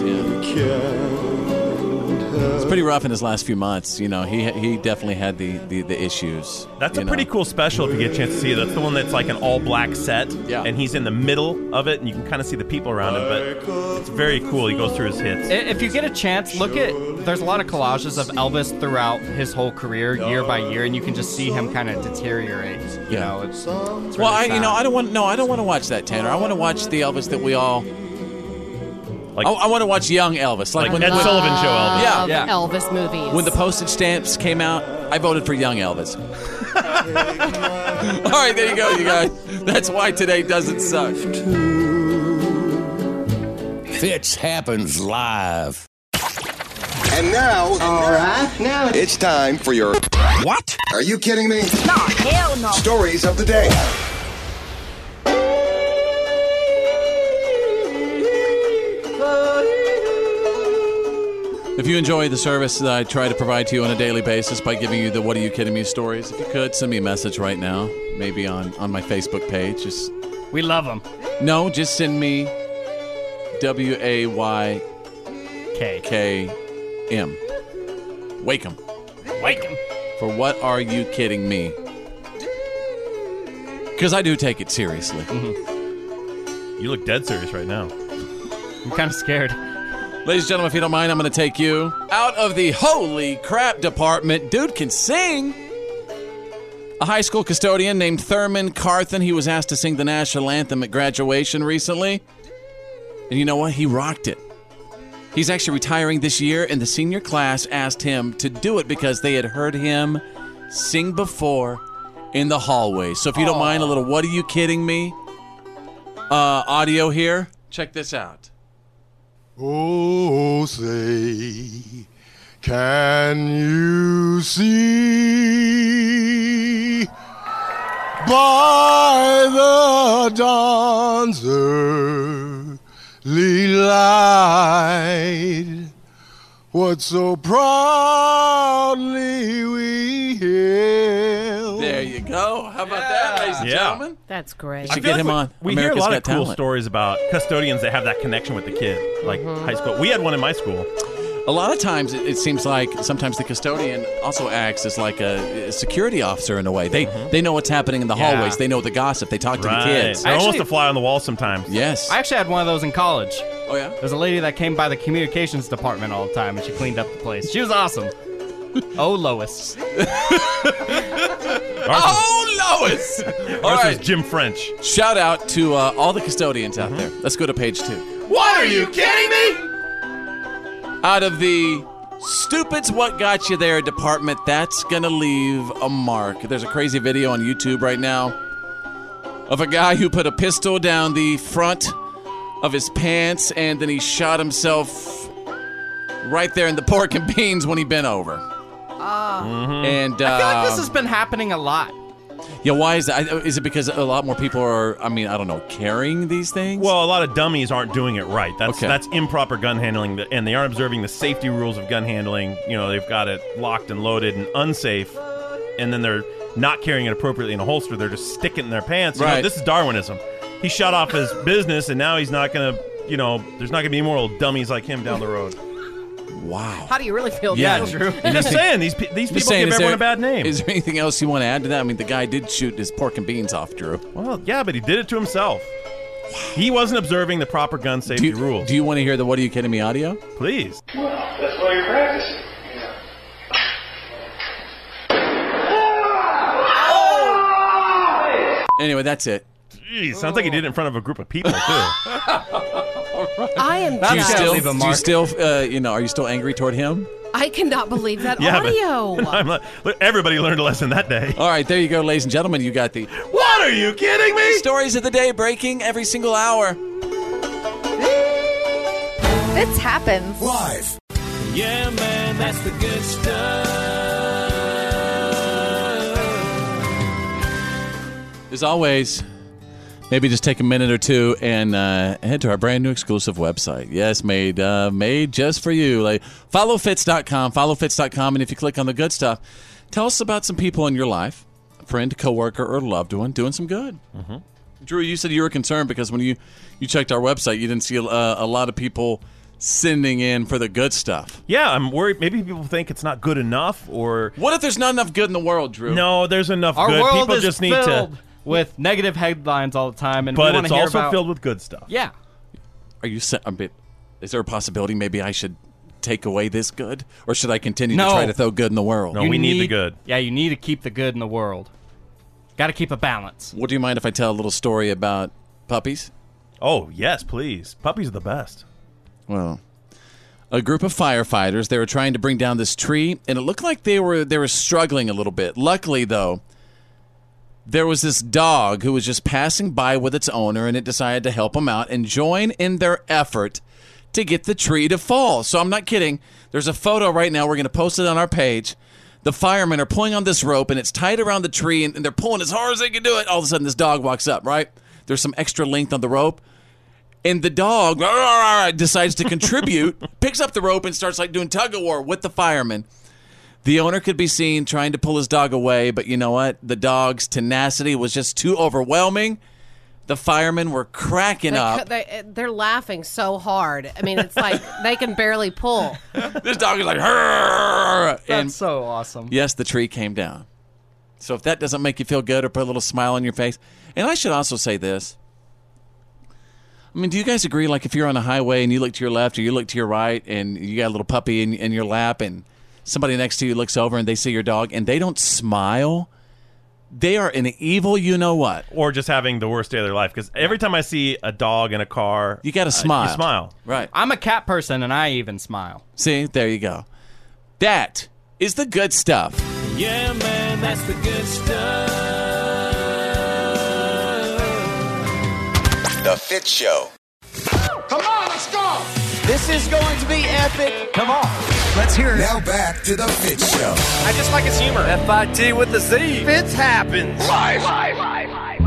Yeah. It's pretty rough in his last few months. You know, he he definitely had the the, the issues.
That's
you
a
know.
pretty cool special if you get a chance to see it. That's the one that's like an all black set. Yeah. And he's in the middle of it and you can kind of see the people around him, but it's very cool. He goes through his hits.
I- If you get a chance, look at there's a lot of collages of Elvis throughout his whole career, year by year, and you can just see him kind of deteriorate. You
Yeah.
know, it's, it's
well, I
really
you know
sad.
I don't want no I don't want to watch that Tanner. I want to watch the Elvis that we all. I, want to watch young Elvis, like, when when- Yeah,
Love Elvis movies.
When the postage stamps came out, I voted for young Elvis. *laughs* All right, there you go, you guys. That's why today doesn't suck.
Fitz happens live.
And now, all right, now
It's time for your.
What? Are you kidding me? No, hell no. Stories of the day.
If you enjoy the service that I try to provide to you on a daily basis by giving you the "What are you kidding me?" stories, if you could send me a message right now, maybe on on my Facebook page. Just
we love him.
no, just send me W A Y K K M. Wake 'em.
Wake him.
for what are you kidding me? Because I do take it seriously.
You look dead serious right now.
I'm kind of scared. Ladies and gentlemen, if you don't mind, I'm going to take you out of the holy crap department. Dude can sing. A high school custodian named Thurman Carthen, he was asked to sing the national anthem at graduation recently. And you know what? He rocked it. He's actually retiring this year, and the senior class asked him to do it because they had heard him sing before in the hallway. So if you don't mind, a little "What are you kidding me?" uh, audio here. Check this out.
Oh, say, can you see by the dawn's early light what so proudly we hailed?
There you go. How about that, ladies and
Yeah.
gentlemen?
That's great.
I feel like We, we hear a lot of cool stories about custodians that have that connection with the kid, like high school. We had one in my school.
A lot of times, it, it seems like sometimes the custodian also acts as like a, a security officer in a way. They they know what's happening in the
Mm-hmm. Yeah.
hallways. They know the gossip. They talk to
Right.
the kids.
They're almost a fly on the wall sometimes.
Yes.
I actually had one of those in college.
Oh yeah.
There's a lady that came by the communications department all the time, and she cleaned up the place. She
*laughs*
was awesome. Oh, Lois.
oh,
*laughs*
Lois. All
Ours
right.
was Jim French.
Shout out to uh, all the custodians out there. Let's go to page two.
Mm-hmm. What are you kidding me?
Out of the stupid's what got you there department, that's gonna leave a mark. There's a crazy video on YouTube right now of a guy who put a pistol down the front of his pants and then he shot himself right there in the pork and beans when he bent over.
Mm-hmm.
And uh,
Ah. I feel like
Um,
this has been happening a lot.
yeah, why is that? I- Is it because a lot more people are? I mean, I don't know, carrying these things.
Well, a lot of dummies aren't doing it right. That's that's improper gun handling, th- and they aren't observing the safety rules of gun handling. You know, they've got it locked and loaded and unsafe, and then they're not carrying it appropriately in a holster. They're just sticking it in their pants. You know,
Right.
this is Darwinism. He shot off his business, and now he's not gonna. You know, there's not gonna be any more old dummies like him down the road.
Wow.
How do you really feel?
Yeah,
Drew?
Drew.
I'm just saying these pe- these
Just
people
saying,
give
is
everyone a
there-
bad name.
Is there anything else you want to add to that? I mean, the guy did shoot his pork and beans off, Drew.
Well, yeah, but he did it to himself. He wasn't observing the proper gun safety rules.
Do you want to hear the "What Are You Kidding Me" audio?
Please.
That's why you're practicing.
Anyway, that's it.
Jeez, sounds like he did it in front of a group of people too. *laughs*
I am
Do you
just.
still, do you still, uh, you know, are you still angry toward him?
I cannot believe that
Yeah, but-
*laughs*
audio.
I'm like, look, everybody learned a lesson that day.
All right, there you go, ladies and gentlemen. You got the
What are you kidding me?
Stories of the day breaking every single hour.
This happens.
Live.
Yeah, man, that's the good stuff.
As always, maybe just take a minute or two and uh, head to our brand new exclusive website. Yes, made uh, made just for you. Like followfits.com, followfits.com, and if you click on the good stuff, tell us about some people in your life, a friend, coworker, or loved one doing some good. Drew, you said you were concerned because when you you checked our website, you didn't see uh, a lot of people sending in for the good stuff.
Yeah, I'm worried. Maybe people think it's not good enough, or
what if there's not enough good in the world, Drew?
No, there's enough
Our
good.
world
people
is
just need
filled
to.
with negative headlines all the time, and we
But
wanna
it's
hear
also
about-
filled with good stuff.
Yeah,
Are you se- a bit? Is there a possibility maybe I should take away this good, or should I continue
No.
to try to throw good in the world?
You Yeah, you need to keep the good in the world. Got to keep a balance.
Would you mind if I tell a little story about puppies?
Oh yes, please. Puppies are the best.
Well, a group of firefighters they were trying to bring down this tree, and it looked like they were they were struggling a little bit. Luckily, though, there was this dog who was just passing by with its owner, and it decided to help him out and join in their effort to get the tree to fall. So I'm not kidding. There's a photo right now. We're going to post it on our page. The firemen are pulling on this rope, and it's tied around the tree, and, and they're pulling as hard as they can do it. All of a sudden, this dog walks up. Right? There's some extra length on the rope. And the dog *laughs* "Rawr, rawr, rawr," decides to contribute, picks up the rope, and starts like doing tug of war with the fireman. The owner could be seen trying to pull his dog away, but you know what? The dog's tenacity was just too overwhelming. The firemen were cracking
They
up.
cou- They, they're laughing so hard. I mean, it's like they can barely pull.
This dog is like, "Hurr!"
That's
and
so awesome.
yes, the tree came down. So if that doesn't make you feel good or put a little smile on your face, and I should also say this. I mean, do you guys agree? Like, if you're on a highway and you look to your left or you look to your right and you got a little puppy in, in your lap and somebody next to you looks over and they see your dog and they don't smile, they are an evil, you know what?
Or just having the worst day of their life. Because every time I see a dog in a car, you
gotta smile.
you smile.
Right.
I'm a cat person, and I even smile.
See, there you go. That is the good stuff.
Yeah, man, that's the good stuff.
The Fit Show.
Come on, let's go.
This is going to be epic. Come on. Let's hear it. Now back to the Fit Show.
I just like his humor. F-I-T with the Z. Fits happens. Live. Live. Live.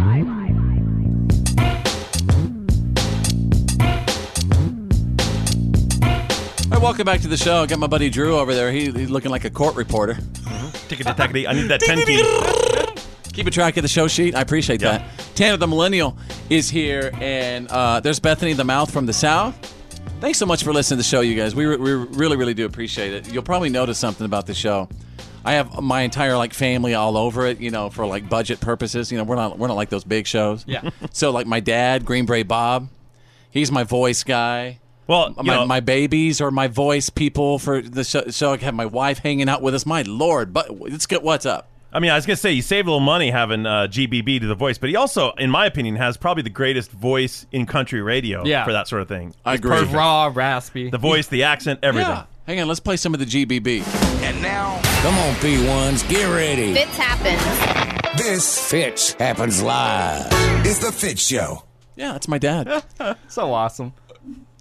All right, welcome back to the show. I got my buddy Drew over there. He, he's looking like a court reporter.
Tickety-tackety. I need that 10 key.
Keep a track of the show sheet. I appreciate that. Tanner the Millennial is here, and uh, there's Bethany the Mouth from the South. Thanks so much for listening to the show, you guys. We, re- we really, really do appreciate it. You'll probably notice something about the show. I have my entire like family all over it, you know, for like budget purposes. You know, we're not we're not like those big shows.
Yeah.
*laughs* so like my dad, Green Bray Bob, he's my voice guy.
Well,
my,
you know-
my babies or my voice people for the show. So I have my wife hanging out with us. My lord, but it's good. What's up?
I mean, I was gonna say you save a little money having uh, GBB to the voice, but he also, in my opinion, has probably the greatest voice in country radio
Yeah.
for that sort of thing.
I
It's
agree.
perfect.
Raw, raspy.
The voice, the accent, everything.
Yeah. Hang on, let's play some of the GBB.
Come on, P1s, get ready.
Fits happens.
This
Fitch happens live.
is the Fit Show.
Yeah, that's my dad.
so awesome.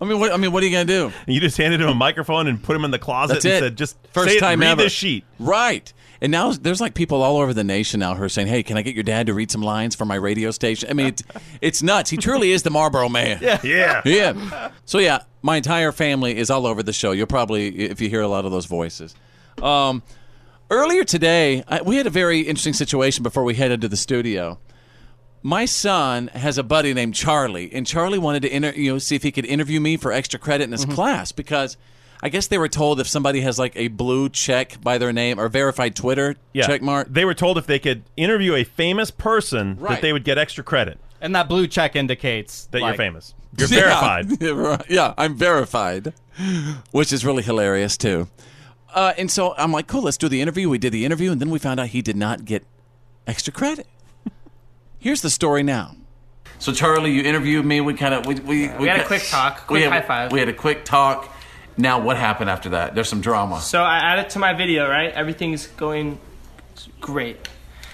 I mean, what, I mean, what are you gonna do?
You just handed him a microphone and put him in the closet
That's
and
it.
said, "Just
first
say it,
time
read
ever.
this sheet." *laughs*
right? And now there's like people all over the nation now who are saying, "Hey, can I get your dad to read some lines for my radio station?" I mean, it's, it's nuts. He truly is the Marlboro man.
Yeah. Yeah.
*laughs* yeah. So yeah, my entire family is all over the show. You'll probably if you hear a lot of those voices. Um, earlier today, I, we had a very interesting situation before we headed to the studio. My son has a buddy named Charlie, and Charlie wanted to inter- you know see if he could interview me for extra credit in his class because I guess they were told if somebody has like a blue check by their name or verified Twitter
Yeah.
check mark.
They were told if they could interview a famous person
Right.
that they would get extra credit.
And that blue check indicates
that
like-
you're famous. You're
*laughs* Yeah.
verified.
Yeah, right. yeah, I'm verified, which is really hilarious too. Uh, and so I'm like, cool, let's do the interview. We did the interview, and then we found out he did not get extra credit. Here's the story now. So Charlie, you interviewed me. We kind of we we,
We had a quick talk,
we
quick
had-
high five.
We had a quick talk. Now what happened after that? There's some drama.
So I add it to my video, right? Everything's going great.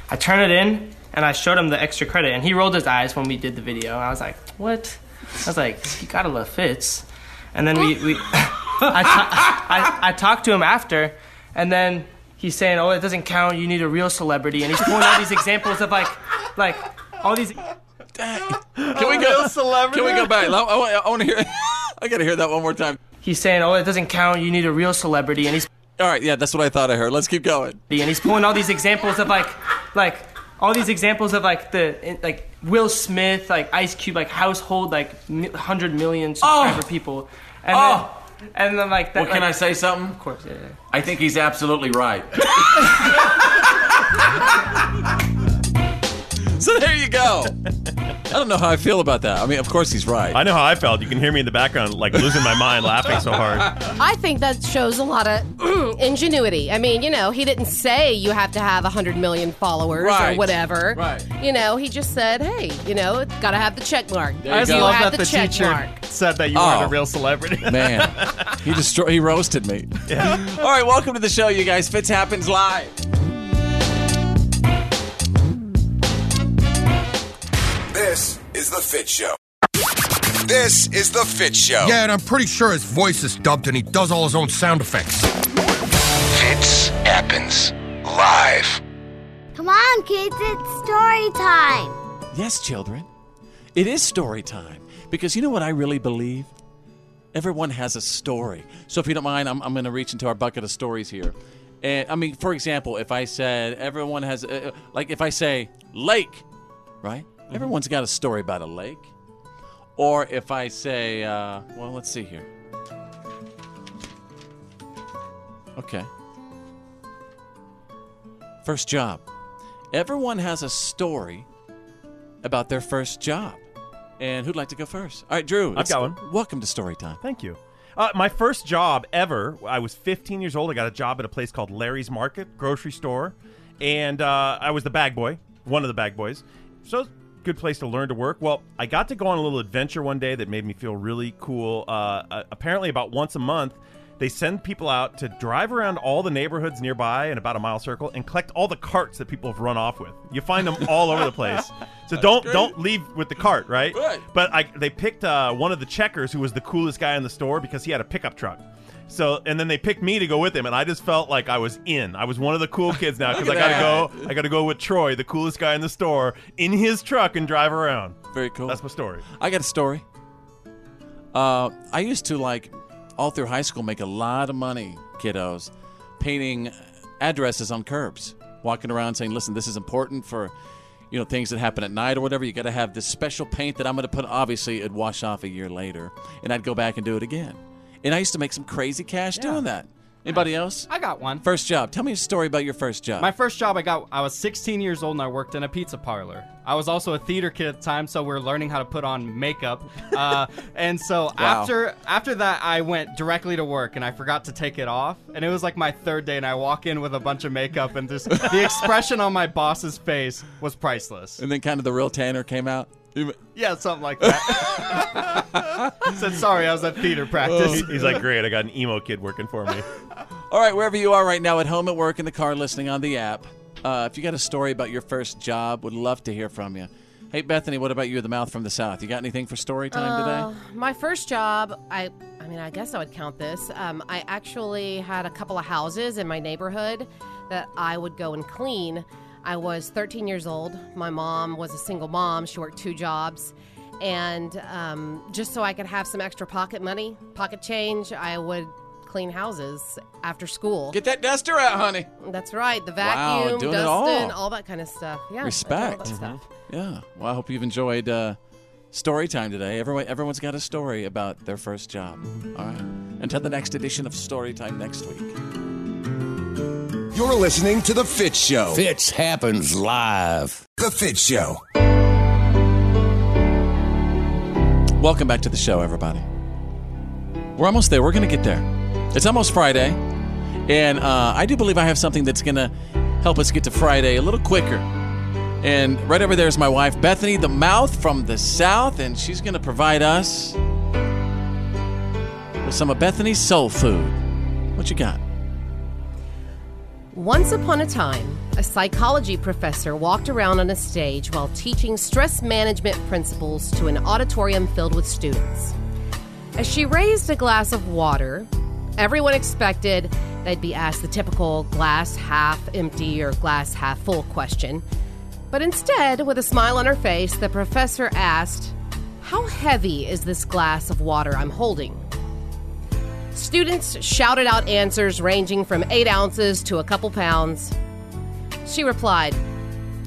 I turn it in and I showed him the extra credit, and he rolled his eyes when we did the video. I was like, "What?" I was like, "You gotta love Fitz." And then we, we I, ta- I, I talked to him after, and then he's saying, "Oh, it doesn't count. You need a real celebrity." And he's pulling all these examples of like, like all these.
Can we go? Can we go back? I, want to hear. *laughs* I gotta hear that one more time.
He's saying, "Oh, it doesn't count. You need a real celebrity." And he's
all right. Yeah, that's what I thought I heard. Let's keep going.
And he's pulling all these examples of like, like all these examples of like the like Will Smith, like Ice Cube, like household, like mi- hundred million
Oh!
subscriber people. And
Oh.
Then, and then like that.
Well, can
like-
I say something? Of
course. Yeah. yeah.
I think he's absolutely *laughs* right. so there you go. I don't know how I feel about that. I mean, of course he's right.
I know how I felt. You can hear me in the background, like losing my mind, laughing so hard.
I think that shows a lot of *clears throat* ingenuity. I mean, you know, he didn't say you have to have 100 million followers
Right.
or whatever.
Right.
You know, he just said, hey, you know, it's got to have the check mark.
I just
You
love
have
that the,
check
teacher
mark.
said that you
Oh.
weren't a real celebrity.
Man, he destroyed. He roasted me. All right, welcome to the show, you guys. Fitz happens live.
This is the Fit Show. This is the Fit Show.
Yeah, and I'm pretty sure his voice is dubbed and he does all his own sound effects. Fitz happens live.
Come on, kids, it's story time.
Yes, children, it is story time because you know what I really believe? Everyone has a story. So if you don't mind, I'm, I'm going to reach into our bucket of stories here. And I mean, for example, if I said everyone has, uh, uh, like if I say lake, right?
Mm-hmm.
Everyone's got a story about a lake. Or if I say, uh, well, let's see here. Okay. First job. Everyone has a story about their first job. And who'd like to go first? All right, Drew.
I've
it's-
got one.
Welcome to story time.
Thank you. Uh, my first job ever, I was 15 years old. I got a job at a place called Larry's Market, grocery store. And uh, I was the bag boy, one of the bag boys. So, it's a good place to learn to work. Well, I got to go on a little adventure one day that made me feel really cool. Uh, uh, apparently, about once a month, they send people out to drive around all the neighborhoods nearby in about a mile circle and collect all the carts that people have run off with. You find them all over the place. So
*laughs* That's
don't
great.
don't leave with the cart, right?
Right.
But I, they picked uh, one of the checkers who was the coolest guy in the store because he had a pickup truck. So and then they picked me to go with him, and I just felt like I was in. I was one of the cool kids now because I
*laughs* Look at
gotta
that.
go. I gotta go with Troy, the coolest guy in the store, in his truck and drive around.
Very cool.
That's my story.
I got a story. Uh, I used to like all through high school make a lot of money, kiddos, painting addresses on curbs, walking around saying, "Listen, this is important for." You know, things that happen at night or whatever, you got to have this special paint that I'm going to put. Obviously, it'd wash off a year later, and I'd go back and do it again. And I used to make some crazy cash doing that. Anybody else?
*laughs* I got one.
First job. Tell me a story about your first job.
My first job I got, I was 16 years old and I worked in a pizza parlor. I was also a theater kid at the time, so we are learning how to put on makeup. Uh, and so after after that, I went directly to work and I forgot to take it off. And it was like my third day, and I walk in with a bunch of makeup, and just the expression on my boss's face
*laughs*
was priceless.
and then kind of the real Tanner came out.
Yeah, something like that. *laughs* Said sorry, I was at theater
Oh.
practice.
He's like, great, I
*laughs*
got an emo kid working for me.
All right, wherever you are right now, at home, at work, in the car, listening on the app, Uh, if you got a story about your first job, would love to hear from you. Hey, Bethany, what about you, the mouth from the south? You got anything for story time today?
Uh, My first job, I I mean, I guess I would count this. Um, I actually had a couple of houses in my neighborhood that I would go and clean. I was 13 years old. My mom was a single mom. She worked two jobs. And um, just so I could have some extra pocket money, pocket change, I would clean houses after school.
Get that duster out, honey.
That's right. The
Wow,
vacuum,
doing it
dusting,
all.
that kind of stuff. Yeah. I did all
Respect. Mm-hmm.
that stuff.
Yeah. Well, I hope you've enjoyed uh, story time today. Everyone, everyone's got a story about their first job. All right. Until the next edition of Story Time next week.
You're listening to The Fit Show.
Fitz happens live.
The Fit Show.
Welcome back to the show, everybody. We're almost there. We're going to get there. It's almost Friday. And uh, I do believe I have something that's going to help us get to Friday a little quicker. And right over there is my wife, Bethany, the mouth from the South. And she's going to provide us with some of Bethany's soul food. What you got?
Once upon a time, a psychology professor walked around on a stage while teaching stress management principles to an auditorium filled with students. As she raised a glass of water, everyone expected they'd be asked the typical glass half empty or glass half full question. But instead, with a smile on her face, the professor asked, How heavy is this glass of water I'm holding? Students shouted out answers ranging from 8 ounces to a couple pounds. She replied,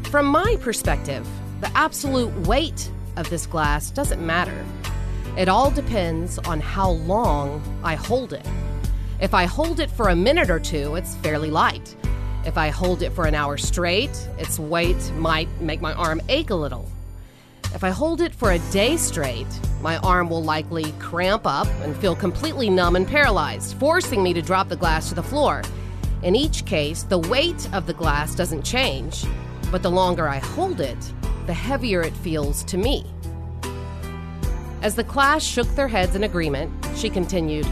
From my perspective, the absolute weight of this glass doesn't matter. It all depends on how long I hold it. If I hold it for a minute or two, it's fairly light. If I hold it for an hour straight, its weight might make my arm ache a little. If I hold it for a day straight, my arm will likely cramp up and feel completely numb and paralyzed, forcing me to drop the glass to the floor. In each case, the weight of the glass doesn't change, but the longer I hold it, the heavier it feels to me. As the class shook their heads in agreement, she continued,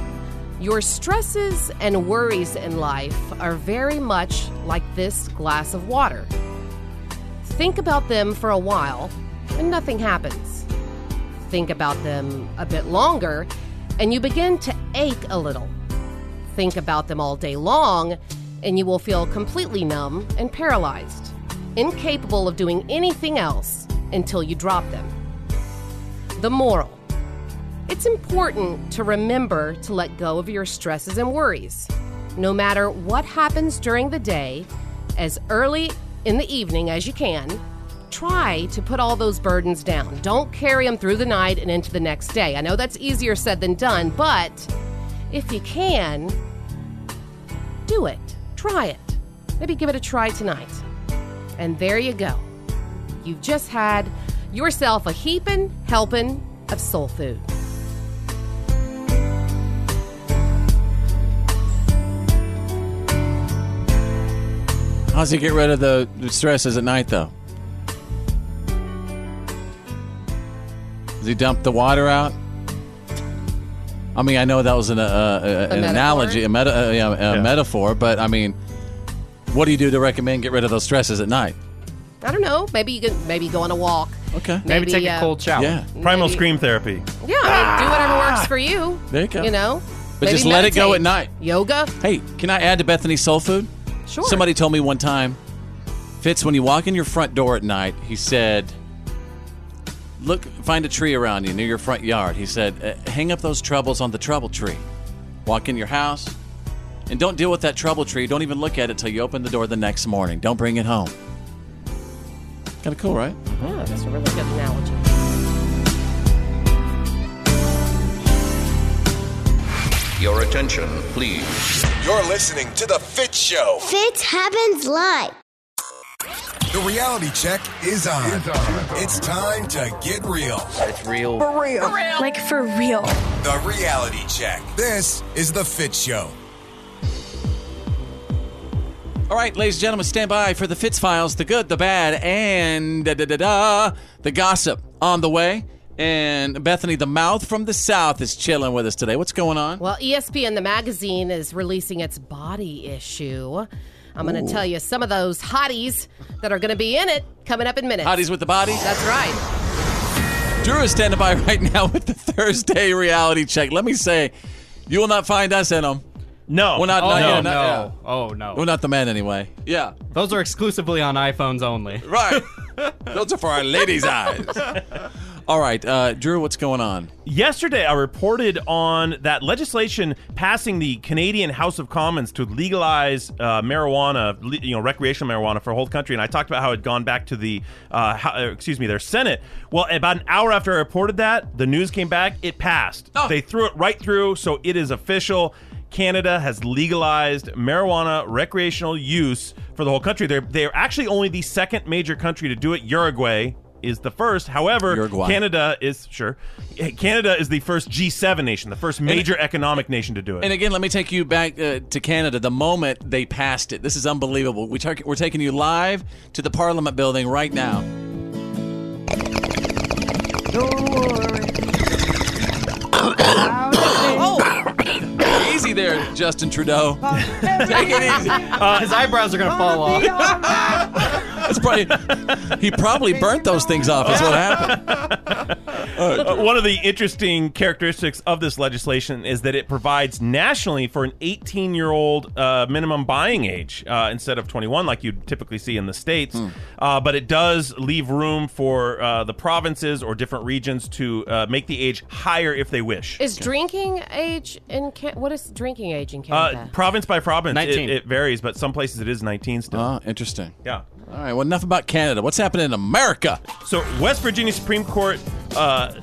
Your stresses and worries in life are very much like this glass of water. Think about them for a while, and nothing happens. Think about them a bit longer, and you begin to ache a little. Think about them all day long, and you will feel completely numb and paralyzed, incapable of doing anything else until you drop them. The moral It's important to remember to let go of your stresses and worries. No matter what happens during the day, as early in the evening as you can, try to put all those burdens down. Don't carry them through the night and into the next day. I know that's easier said than done, but if you can, do it. Try it. Maybe give it a try tonight. And there you go. You've just had yourself a heaping, helping of soul food.
How's he get rid of the stresses at night, though? Does he dump the water out? I mean, I know that was an, uh, uh, an
metaphor?
analogy, a, meta, uh, yeah, a metaphor, but I mean, what do you do to recommend get rid of those stresses at night?
I don't know. Maybe you can maybe go on a walk.
Okay.
Maybe Maybe take a uh, cold shower.
Yeah.
Primal
maybe-
scream therapy.
Yeah, I mean, do whatever works for you.
There you go.
You know?
But
Maybe
just let it go
meditate.
at night.
Yoga.
Hey, can I add to Bethany's soul food?
Sure.
Somebody told me one time, Fitz, when you walk in your front door at night, he said, look, find a tree around you near your front yard. He said, uh, hang up those troubles on the trouble tree. Walk in your house and don't deal with that trouble tree. Don't even look at it till you open the door the next morning. Don't bring it home. Kind of cool, right?
Yeah, that's a really good analogy.
Your attention, please.
You're listening to The Fit Show.
Fitz happens live.
The reality check is on. It's time to get real. It's real.
For real. Like for real.
The reality check. This is The Fit Show.
All right, ladies and gentlemen, stand by for the Fitz Files, the good, the bad, and da da da da, the gossip on the way. And Bethany, the mouth from the south, is chilling with us
E
today. What's going on?
Well, ESPN the magazine is releasing its body issue. I'm going
Ooh.
to tell you some of those hotties that are going to be in it coming up in minutes.
Hotties with the body.
That's right.
Drew is standing by *laughs* right now with the Thursday reality check. Let me say, you will not find us in them.
No.
We're not.
Oh,
not-
no,
yeah, not-
no.
yeah.
Oh, no.
We're not the men anyway. Yeah.
Those are exclusively on iPhones only. *laughs*
Right. Those are for our ladies' eyes. All right, uh, Drew, what's going on?
Yesterday, I reported on that legislation passing the Canadian House of Commons to legalize uh, marijuana, le- you know, recreational marijuana for the whole country, and I talked about how it had gone back to the, uh, ho- uh, excuse me, their Senate. Well, about an hour after I reported that, the news came back. It passed. They threw it right through, so it is official. Canada has legalized marijuana recreational use for the whole country. They're they're actually only the second major country to do it. Uruguay is the first. However,
Uruguay.
Canada is sure. Canada is the first G7 nation, the first major economic nation to do it.
And again, let me take you back uh, to Canada the moment they passed it. This is unbelievable. We tar- we're taking you live to the Parliament building right
*coughs*
now. oh, easy there, Justin Trudeau. take it easy.
His eyebrows are gonna fall off.
That's probably, he probably burnt those things off. Is what happened.
Uh, one of the interesting characteristics of this legislation is that it provides nationally for an 18 year old uh, minimum buying age uh, instead of 21, like you typically see in the States.
Hmm.
Uh, but it does leave room for uh, the provinces or different regions to uh, make the age higher if they wish.
Is drinking age in Can- what is drinking age in
Uh,
Canada?
province by province, it,
19.
it varies, but some places it is 19 still.
*laughs* Ah, interesting.
Yeah.
All right. Well, enough about Canada. What's happening in America?
So, West Virginia Supreme Court uh,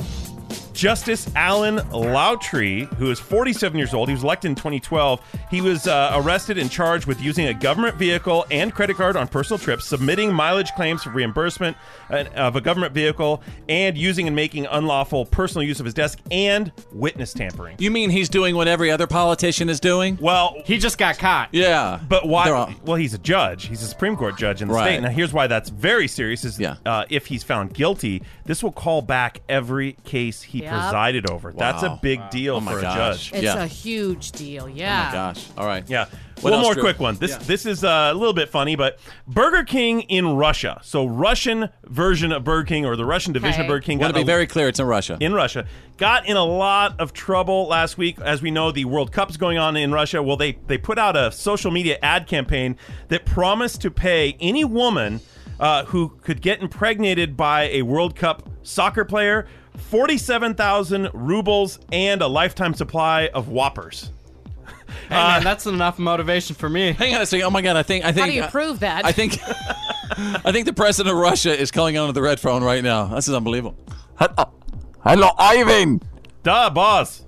Justice Alan Lowtry, who is 47 years old, he was elected in 2012. He was uh, arrested and charged with using a government vehicle and credit card on personal trips, submitting mileage claims for reimbursement uh, of a government vehicle, and using and making unlawful personal use of his desk and witness tampering.
You mean he's doing what every other politician is doing?
Well,
he just got caught.
Yeah.
But why? well, he's a judge. He's a Supreme Court judge in the
Right.
state. Now, here's why that's very serious: is uh, if he's found guilty, this will call back every case he
Yep.
presided over. That's a
Wow.
big deal
Oh my
for a
gosh.
judge.
it's a huge
Oh
deal. Yeah.
gosh. All right.
Yeah.
What
one
else,
more
Drew?
quick one. This
Yeah.
this is uh, a little bit funny, but Burger King in Russia. So Russian version of Burger King or the Russian division of
Okay.
Burger King.
Want to
got
be
a-
very clear, it's in Russia.
in Russia. Got in a lot of trouble last week. As we know, the World Cup's going on in Russia. Well, they, they put out a social media ad campaign that promised to pay any woman uh, who could get impregnated by a World Cup soccer player 47,000 rubles and a lifetime supply of Whoppers.
Hey man, that's enough motivation for me.
Hang on a second. Oh my god, I think I
How
think
do you
I-
prove that?
I think *laughs* I think the president of Russia is calling onto the red phone right now. This is unbelievable.
Hello, Ivan.
Da, boss.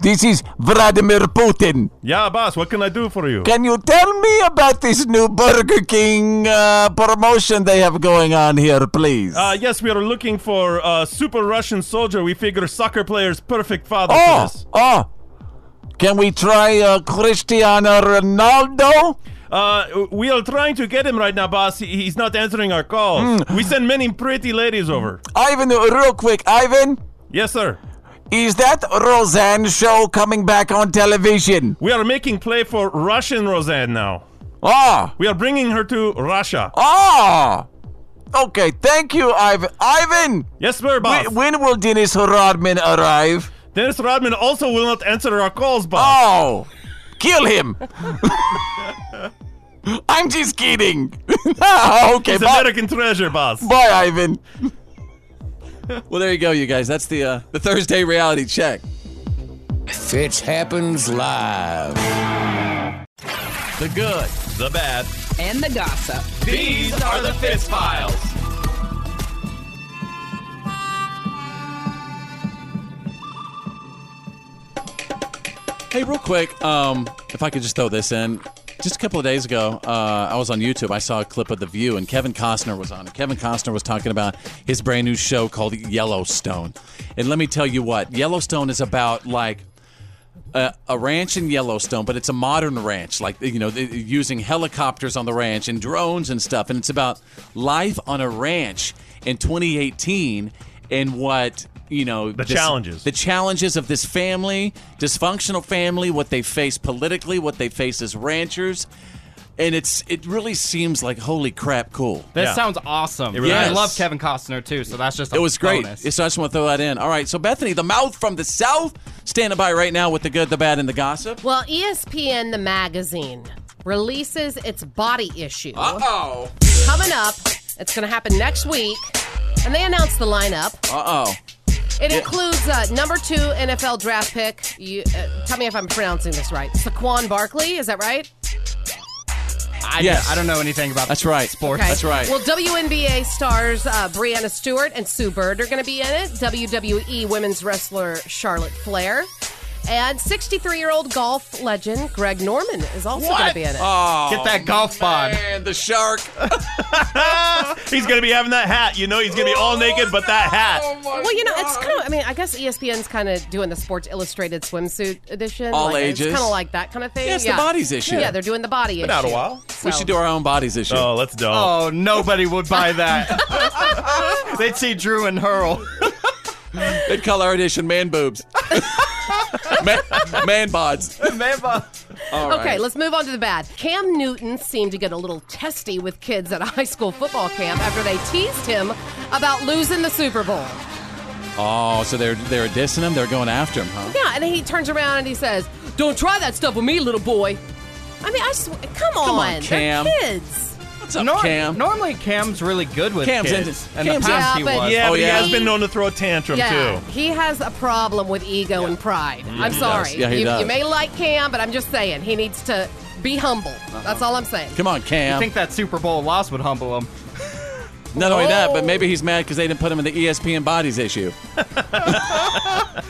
This is Vladimir Putin.
Yeah, boss, what can I do for you?
Can you tell me about this new Burger King uh, promotion they have going on here, please?
Uh, yes, we are looking for a super Russian soldier. We figure soccer player's perfect father for
oh,
this.
oh. Can we try uh, Cristiano Ronaldo?
Uh, we are trying to get him right now, boss. He- He's not answering our calls. We send many pretty ladies over.
Ivan, uh, real quick, Ivan.
Yes, sir.
Is that Roseanne show coming back on television?
We are making play for Russian Roseanne now.
Ah.
We are bringing her to Russia.
Ah. Okay, thank you, Ivan. Ivan.
Yes, sir, boss.
when will Dennis Rodman arrive?
Dennis Rodman also will not answer our calls,
boss. Oh, kill him. *laughs* I'm just kidding. *laughs* okay,
He's
bye.
American treasure, boss.
Bye, Ivan.
*laughs* Well, there you go, you guys. That's the uh, the Thursday reality check.
Fitch happens live.
The good,
the bad,
and the gossip.
These
are the Fitz Files.
Hey, real quick, um, if I could just throw this in. Just a couple of days ago, uh, I was on YouTube. I saw a clip of The View, and Kevin Costner was on it. Kevin Costner was talking about his brand new show called Yellowstone. And let me tell you what Yellowstone is about like a, a ranch in Yellowstone, but it's a modern ranch, like you know, th- using helicopters on the ranch and drones and stuff. And it's about life on a ranch in 2018 and what you know the
challenges.
the challenges of this family, dysfunctional family, what they face politically, what they face as ranchers. and it's it really seems like holy crap, cool.
That sounds awesome.
It really
Yeah, I
is.
love Kevin Costner too, so that's just a
It was great.
bonus.
So I just want to throw that in. All right, so Bethany, the mouth from the south, standing by right now with the good, the bad, and the gossip.
Well, E ESPN, the magazine, releases its body issue. Uh
oh.
Coming up. It's going to happen next week. And they announced the lineup.
Uh oh.
It
Yeah.
includes uh, number two NFL draft pick. You, uh, tell me if I'm pronouncing this right. Saquon Barkley, is that right?
I,
Yes.
I don't know anything about
That's right.
sports.
Okay. Well, WNBA stars uh, Brianna Stewart and Sue Bird are going to be in it. WWE women's wrestler Charlotte Flair. And 63 year old golf legend Greg Norman is also going to be in
Oh,
it.
Get that golf bod.
And the shark.
he's gonna be having that hat. You know, he's gonna be all naked, but that hat.
Well, you know, it's kind of, I mean, I guess E ESPN's kind of doing the Sports Illustrated swimsuit edition.
All
Like,
ages.
It's kind of like that kind of thing.
Yeah, it's the bodies issue.
Yeah, they're doing the body issue.
Been out a while. We should do our own bodies issue.
Oh, let's do.
Oh, nobody would buy that. *laughs* They'd see Drew and *laughs* Hurl.
They'd call our edition man
*laughs*
boobs. man, man bods.
Man bods.
All
okay,
right.
let's move on to the bad. Cam Newton seemed to get a little testy with kids at a high school football camp after they teased him about losing the Super Bowl.
Oh, so they're they're dissing him. They're going after him, huh?
Yeah, and he turns around and he says, "Don't try that stuff with me, little boy." I mean, I sw- come on,
on,
they're
Cam.
kids.
What's up,
Nor-
Cam?
Normally, Cam's really good with
Cam's
kids.
into-
In
Cam's
the past,
into-
he
Yeah, but
was.
Yeah,
Oh,
but
yeah.
he has been known to throw a tantrum
yeah,
too.
he has a problem with ego and pride. I'm
he
sorry,
does. Yeah, he
you,
does.
you may like Cam, but I'm just saying he needs to be humble.
Uh-huh.
That's all I'm saying.
Come on,
You
Cam.
think that Super Bowl loss would humble him?
Not only that,
Oh.
but maybe he's mad because they didn't put him in the E ESPN bodies issue.
They
Yeah, I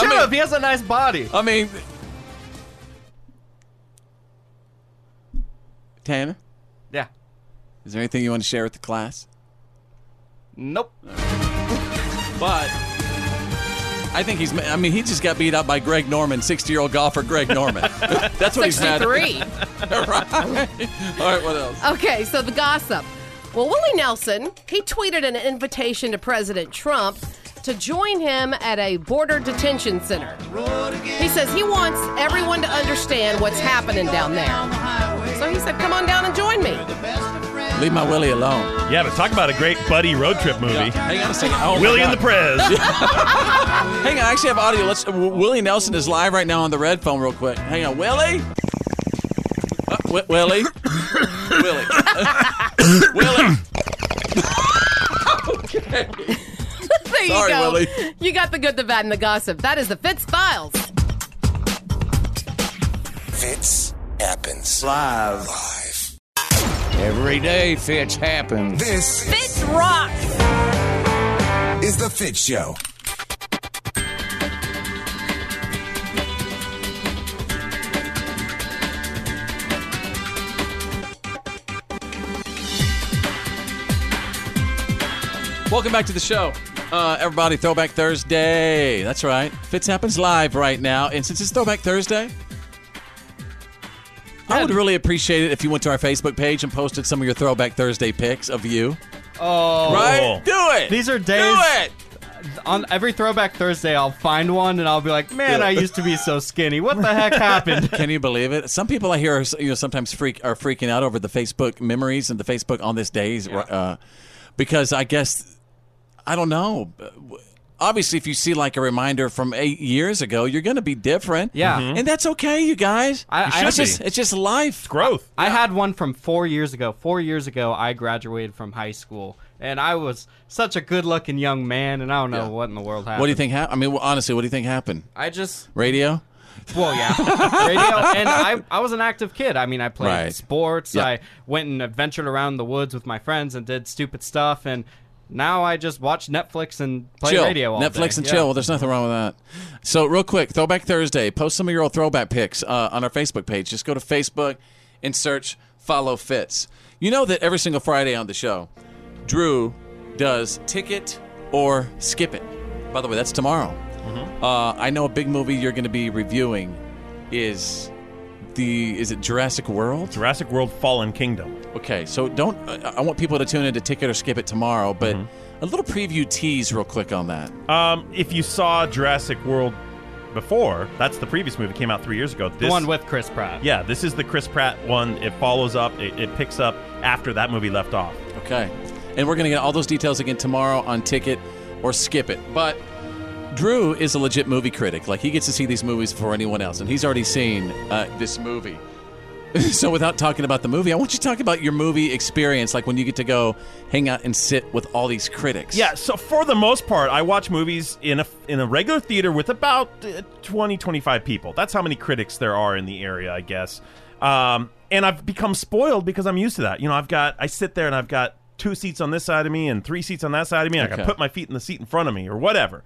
should
mean-
have. he has a nice body.
I mean, Tanner.
Yeah.
Is there anything you want to share with the class?
Nope.
But I think he's. ma- I mean, he just got beat up by Greg Norman, sixty-year-old golfer Greg Norman. *laughs* That's what he's mad. at.
*laughs*
Sixty-three.
*laughs* All right, what else?
Okay, so the gossip. Well, Willie Nelson, he tweeted an invitation to President Trump to join him at a border detention center. He says he wants everyone to understand what's happening down there. So he said, come on down and join me.
Leave my Willie alone.
Yeah, but talk about a great buddy road trip movie.
Hang on a second. Oh, my
Willie
God.
and the Prez.
*laughs*
Hang on, I actually have audio. Let's. W- Willie Nelson is live right now on the red phone, real quick. Hang on, Willie. Uh, Wi- Willie. *coughs* Willie. Willie. *coughs* okay.
there
Sorry,
you go.
Willie.
You got the good, the bad, and the gossip. That is the Fitz Files.
Fitz happens live.
Every day, Fitch happens.
This
Fitz rock.
is the Fit Show.
Welcome back to the show. Uh, everybody, Throwback Thursday. That's right. Fitz happens live right now. And since it's Throwback Thursday, I would really appreciate it if you went to our Facebook page and posted some of your Throwback Thursday pics of you.
Oh,
Right? Do it.
These are days.
Do it.
On every Throwback Thursday, I'll find one and I'll be like, "Man,
Yeah.
I used to be so skinny. What the heck happened?"
Can you believe it? Some people I hear are, you know sometimes freak are freaking out over the Facebook memories and the Facebook on this days uh, because I guess I don't know. Obviously, if you see like a reminder from eight years ago, you're going to be different.
Yeah. Mhm.
and that's okay, you guys.
I- I-
it's just it's just life.
growth.
I had one from four years ago. Four years ago, I graduated from high school, and I was such a good-looking young man, and I don't know what in the world happened.
What do you think happened? I mean, well, honestly, what do you think happened?
I
*laughs*
just
Radio.
Well, yeah, radio, and I, I was an active kid. I mean, I played
Right.
sports.
Yeah.
I went and adventured around the woods with my friends and did stupid stuff. And now I just watch Netflix and play
chill.
radio. All
Netflix
day.
and
Yeah.
chill. Well, there's nothing wrong with that. So, real quick, Throwback Thursday. Post some of your old throwback pics uh, on our Facebook page. Just go to Facebook and search Follow Fits. You know that every single Friday on the show, Drew does Ticket or Skip It. By the way, that's tomorrow.
Mm-hmm.
Uh, I know a big movie you're going to be reviewing is the is it Jurassic World?
Jurassic World Fallen Kingdom.
Okay, so don't. I I want people to tune in to Ticket or Skip It tomorrow, but
Mm-hmm.
a little preview tease, real quick on that.
Um, if you saw Jurassic World before. That's the previous movie came out three years ago. This,
the one with Chris Pratt.
yeah, this is the Chris Pratt one. It follows up. It, it picks up after that movie left off.
Okay. And we're going to get all those details again tomorrow on Ticket or Skip It. But Drew is a legit movie critic. Like, he gets to see these movies before anyone else, and he's already seen uh, this movie. *laughs* so, without talking about the movie, I want you to talk about your movie experience, like when you get to go hang out and sit with all these critics.
Yeah, so for the most part, I watch movies in a in a regular theater with about uh, 20 25 people. That's how many critics there are in the area, I guess. Um, and I've become spoiled because I'm used to that. You know, I've got I sit there and I've got two seats on this side of me and three seats on that side of me. and I
Okay.
can put my feet in the seat in front of me or whatever.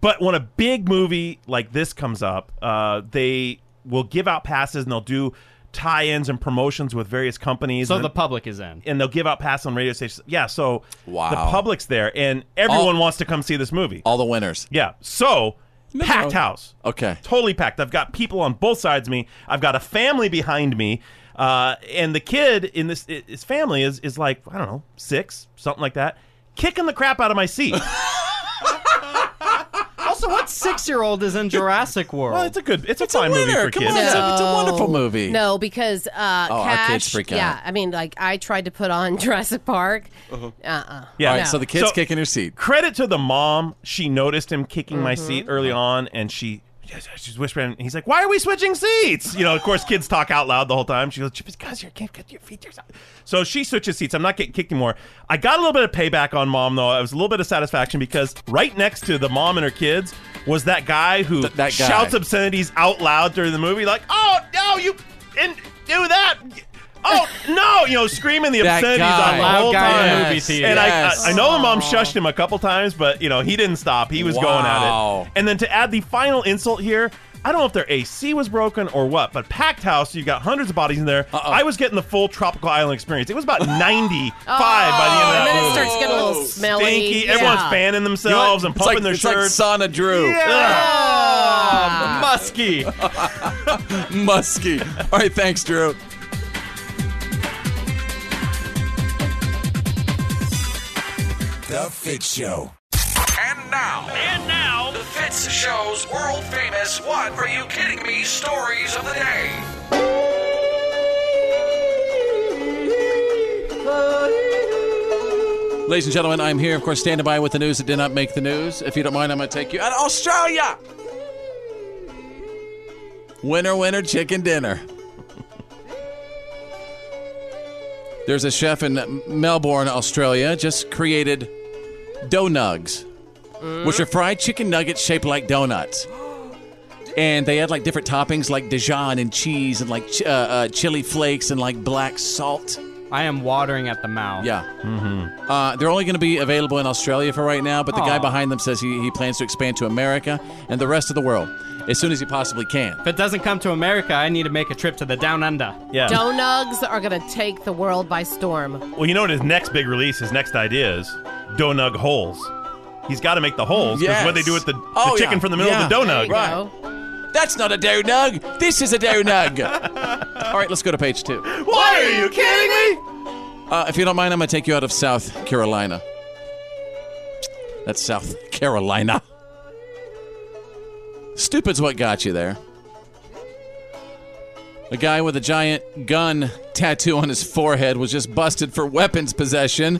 But when a big movie like this comes up, uh, they will give out passes and they'll do tie-ins and promotions with various companies.
So
and
the public is in.
and they'll give out passes on radio stations. Yeah, so the
Wow.
public's there, and everyone wants to come see this movie.
All the winners.
Yeah, so packed house.
Okay,
totally packed. I've got people on both sides of me. I've got a family behind me, uh, and the kid in this i- his family is is like I don't know six something like that, kicking the crap out of
*laughs*
my seat.
Also, what six year old is in
*laughs*
Jurassic World?
Well, it's a good, it's a fine movie for kids.
No, because uh,
Oh, our
Cash.
kids freak
Yeah,
out.
I mean, like I tried to put on *laughs* Jurassic Park.
Uh-huh.
Uh uh
Yeah.
All right, so the kid's kicking her seat.
Credit to the mom. She noticed him kicking my
Mhm.
seat early on, and she she's whispering. And he's like, "Why are we switching seats?" You know, of course, kids talk out loud the whole time. She goes, "Because your kid cut your features out." So she switches seats. I'm not getting kicked anymore. I got a little bit of payback on mom though. It was a little bit of satisfaction because right next to the mom and her kids was that guy who
that guy.
shouts obscenities out loud during the movie, like, "Oh no, you didn't do that." Oh no! You know, screaming the
That
obscenities
guy.
on the
Loud
whole
guy in
time.
the movie theater.
And
Yes.
I, I, I know the mom shushed him a couple times, but you know he didn't stop. He was going at
Wow.
it. And then to add the final insult here, I don't know if their AC was broken or what, but packed house. You got hundreds of bodies in there. I was getting the full tropical island experience. It
*laughs*
was about 95 by the end
Oh,
of that
and then it
movie. Oh,
starts getting Oh, a little smelly.
Stinky.
Yeah.
Everyone's fanning themselves and
It's like-
pumping their
it's like
shirts.
sauna Drew.
Yeah.
*laughs*
Musky.
Musky. All right, thanks, Drew.
The Fit Show.
And now, and now, the Fitz Show's world famous What Are You Kidding Me stories of the day.
Ladies and gentlemen, I'm here, of course, standing by with the news that did not make the news. If you don't mind, I'm going to take you out of Australia. Winner, winner, chicken dinner. There's a chef in Melbourne, Australia, just created doughnugs, which are fried chicken nuggets shaped like donuts. And they add like different toppings like Dijon and cheese and like ch- uh, uh, chili flakes and like black salt.
I am watering at the mouth.
Yeah. Uh, they're only going to be available in Australia for right now, but the guy
Aw.
behind them says he, he plans to expand to America and the rest of the world as soon as he possibly can.
If it doesn't come to America, I need to make a trip to the Down Under.
Yeah.
Donugs are gonna take the world by storm.
Well, you know what his next big release, his next idea is donug holes. He's got to make the holes because what they do with the, the
Oh,
chicken
yeah.
from the middle
Yeah.
of the donut.
Right. That's not a donug. This is a donug. All right, let's go to page two.
Why are you kidding me?
Uh, if you don't mind, I'm going to take you out of South Carolina. That's South Carolina. Stupid's what got you there. A guy with a giant gun tattoo on his forehead was just busted for weapons possession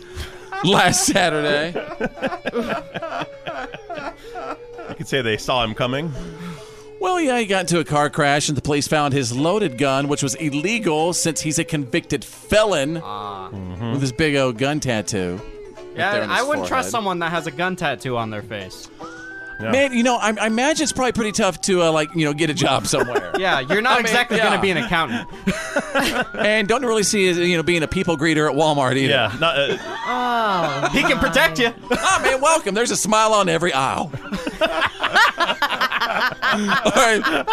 last Saturday.
You could say they saw him coming.
Well, yeah, he got into a car crash and the police found his loaded gun, which was illegal since he's a convicted felon with his big old gun tattoo. there
Yeah,
on his
I wouldn't
forehead.
trust someone that has a gun tattoo on their face.
Man, you know, I, I imagine it's probably pretty tough to uh, like you know get a job somewhere.
*laughs*
Yeah, you're not
I mean,
exactly
yeah.
going to be an accountant.
and don't really see as, you know being a people greeter at Walmart either.
Yeah, not, uh,
Oh.
he can protect you.
oh man, welcome. There's a smile on every
*laughs*
aisle. All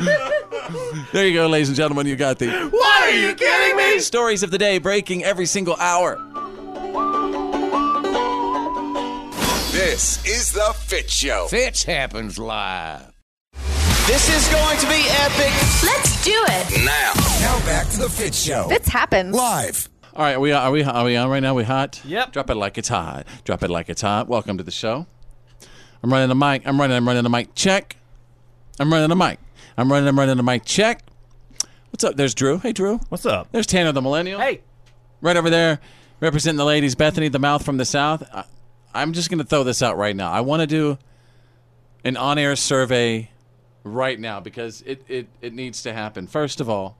right. there you go, ladies and gentlemen. You got the
Why are you kidding me?
stories of the day breaking every single hour.
This is The Fit Show.
Fitch happens live.
This is going to be epic.
Let's do it.
Now. Now back to The Fit Show.
This happens.
Live.
All right, we are, are we are we on right now? We hot? Yep. Drop it like it's hot. Drop it like it's hot. Welcome to the show. I'm running the mic. I'm running. I'm running the mic. Check. I'm running the mic. I'm running. I'm running the mic. Check. What's up? There's Drew. Hey, Drew.
What's up?
There's Tanner the Millennial.
Hey.
Right over there, representing the ladies, Bethany, the mouth from the south. I, I'm just going to throw this out right now. I want to do an on air survey right now because it, it, it needs to happen. First of all,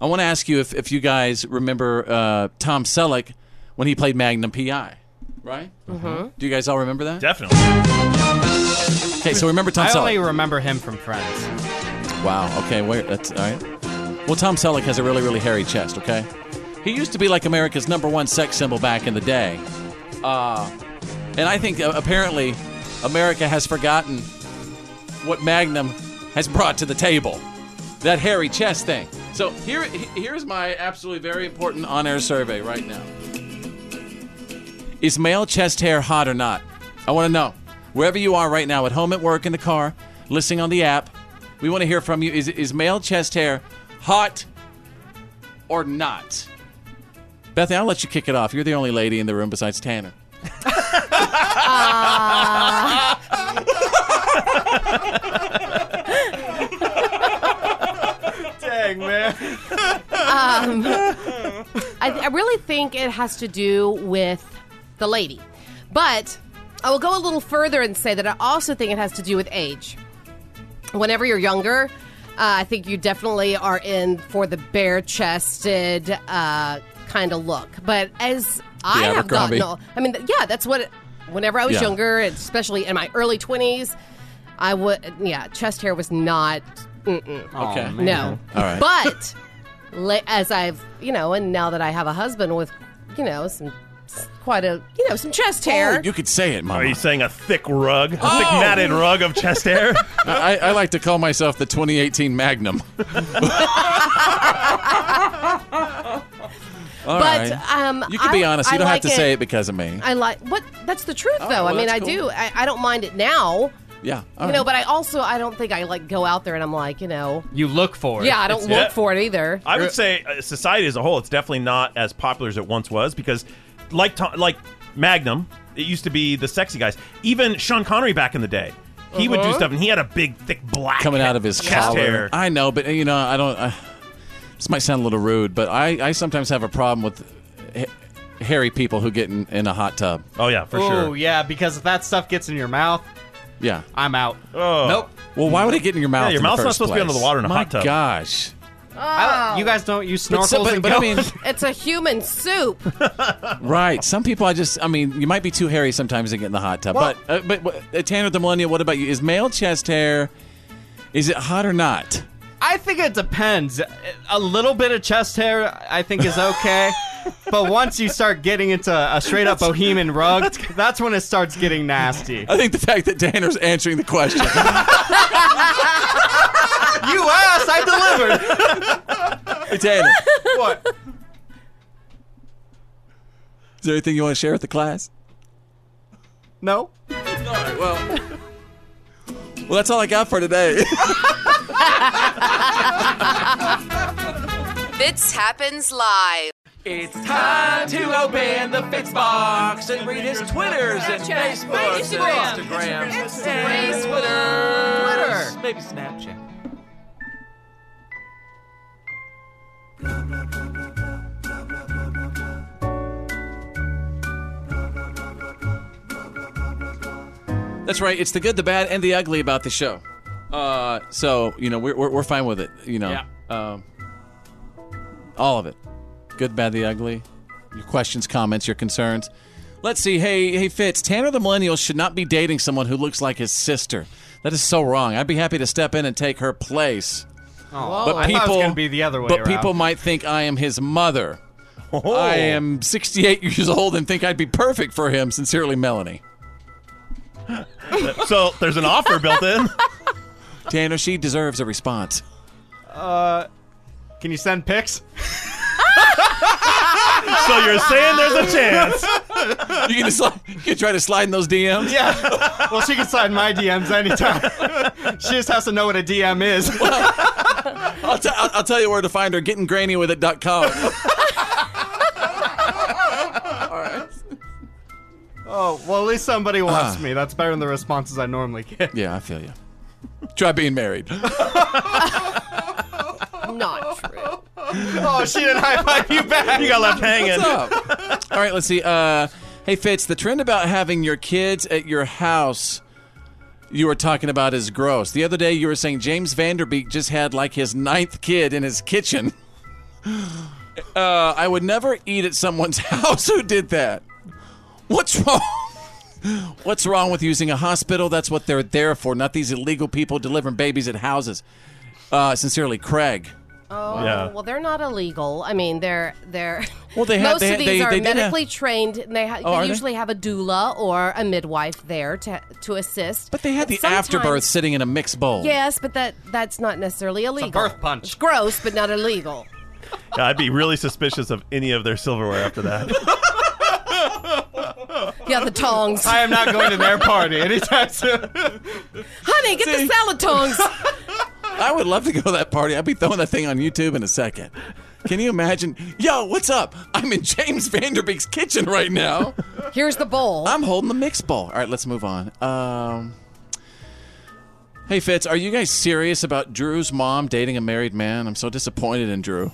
I want to ask you if, if you guys remember uh, Tom Selleck when he played Magnum PI. Right?
Mhm.
Do you guys all remember that?
Definitely.
Okay, so remember Tom
I
Selleck.
only remember him from Friends.
Wow. Okay. Where? That's all right. Well, Tom Selleck has a really, really hairy chest. Okay. He used to be like America's number one sex symbol back in the day, uh, and I think uh, apparently America has forgotten what Magnum has brought to the table. That hairy chest thing. So here, he- here's my absolutely very important on-air survey right now. Is male chest hair hot or not? I want to know. Wherever you are right now, at home, at work, in the car, listening on the app, we want to hear from you. Is, is male chest hair hot or not? Bethany, I'll let you kick it off. You're the only lady in the room besides Tanner.
Dang, man.
um, I, I really think it has to do with the lady. But I will go a little further and say that I also think it has to do with age. Whenever you're younger, uh, I think you definitely are in for the bare chested uh, kind of look. But as I have
Abercrombie.
gotten, ol- I mean, th- yeah, that's what. whenever I was
Yeah.
younger, especially in my early twenties, I would, yeah, chest hair was not. Mm-mm.
Okay.
no.
All right.
But la- as I've, you know, and now that I have a husband with, you know, some s- quite a, you know, some chest hair.
Oh, you could say it, Mama.
Are you saying a thick rug? A thick
Oh!
matted rug of chest hair?
I, I like to call myself the 2018 Magnum. *laughs* All
But,
right.
um,
you can be
I-
honest. You
I
don't
like
have to say
it-
it because of me.
I like what? That's the truth,
All right,
though.
well,
I mean,
that's
I
cool.
do. I, I don't mind it now.
yeah. all
you know,
right.
but I also I don't think I like go out there and I'm like, you know,
You look for it.
yeah, I don't look
yeah.
for it either.
I would say uh, society as a whole, it's definitely not as popular as it once was because, like Tom, like Magnum, it used to be the sexy guys. Even Sean Connery back in the day, he would do
Uh-huh.
stuff, and he had a big, thick black
coming out of his
chest
collar.
hair.
I know, but you know, I don't. Uh, this might sound a little rude, but I, I sometimes have a problem with ha- hairy people who get in, in a hot tub.
Oh yeah,
Ooh, yeah, because if that stuff gets in your mouth,
Yeah.
I'm out. Nope.
Well, why would it get in your mouth?
Yeah, your
in the
mouth's not
first
supposed to be
place?
under the water in a
My
hot tub.
Gosh.
You guys don't use
But
snorkels
so- but-
and
but I
*laughs*
go-
mean-
It's a human soup.
Right. Some people, I just, I mean, you might be too hairy sometimes to get in the hot tub.
Well-
but uh, but uh, Tanner the Millennial, what about you? Is male chest hair, is it hot or not?
I think it depends. A little bit of chest hair, I think, is *laughs* okay. but once you start getting into a straight up bohemian rug, that's when it starts getting nasty.
I think the fact that Tanner's answering the
*laughs*
question.
*laughs* You asked, I delivered. *laughs*
hey, Tanner,
What?
is there anything you want to share with the class?
No.
All right, well. Well, that's all I got for today. *laughs*
Fitz happens live. It's
time to open the Fitz box and read his Twitters and Facebooks and Instagrams.
Instagram.
Twitters.
Twitter.
Maybe Snapchat. That's right. It's the good, the bad, and the ugly about the show. Uh, so you know we're, we're we're fine with it. You know, um, all of it, good, bad, the ugly. Your questions, comments, your concerns. Let's see. Hey, hey, Fitz. Tanner the millennial should not be dating someone who looks like his sister. That is so wrong. I'd be happy to step in and take her place.
Whoa. Oh, I thought it was gonna be the other way
But
around.
people might think I am his mother.
Oh.
I am 68 years old and think I'd be perfect for him. Sincerely, Melanie.
so there's an offer built in.
Tanner, she deserves a response.
Uh, can you send pics?
so you're saying there's a chance.
You can, slide, you can try to slide in those DMs.
Yeah. *laughs* Well, she can slide in my DMs *laughs* anytime. she just has to know what a DM is.
I'll, t- I'll, I'll tell you where to find her. GettingGrannyWithIt.com.
*laughs* Oh, Well, at least somebody wants
Ah.
me. That's better than the responses I normally get. *laughs*
Yeah, I feel you. Try being married.
Not true.
oh, she didn't high five you back.
You got left hanging. *laughs* All right, let's see. Uh, hey, Fitz, the trend about having your kids at your house you were talking about is gross. The other day, you were saying James Vanderbeek just had like his ninth kid in his kitchen. *laughs* Uh, I would never eat at someone's *laughs* house who did that. What's wrong? *laughs* What's wrong with using a hospital? That's what they're there for, not these illegal people delivering babies at houses. Uh, sincerely, Craig.
Oh
Yeah.
well, they're not illegal. I mean, they're they're.
*laughs* Well, they had-
most
they
of
had-
these
they-
are
they did have-
medically trained. And they, ha-
Oh, are
they
they?
usually have a doula or a midwife there to to assist. But
They had the afterbirth sitting in a mixed bowl.
Yes, but that that's not necessarily illegal. birth punch. It's gross, but not illegal.
Yeah, I'd be really suspicious of any of their silverware after that.
Yeah, the tongs.
*laughs*
I am not going to their party anytime soon.
Honey, get the salad
*laughs*
tongs.
I would love to go to that party. I'd be throwing that thing on YouTube in a second. Can you imagine? Yo, what's up? I'm in James Vanderbeek's kitchen right now.
Here's the bowl.
I'm holding the mix bowl. All right, let's move on. Um, hey, Fitz, are you guys serious about Drew's mom dating a married man? I'm so disappointed in Drew.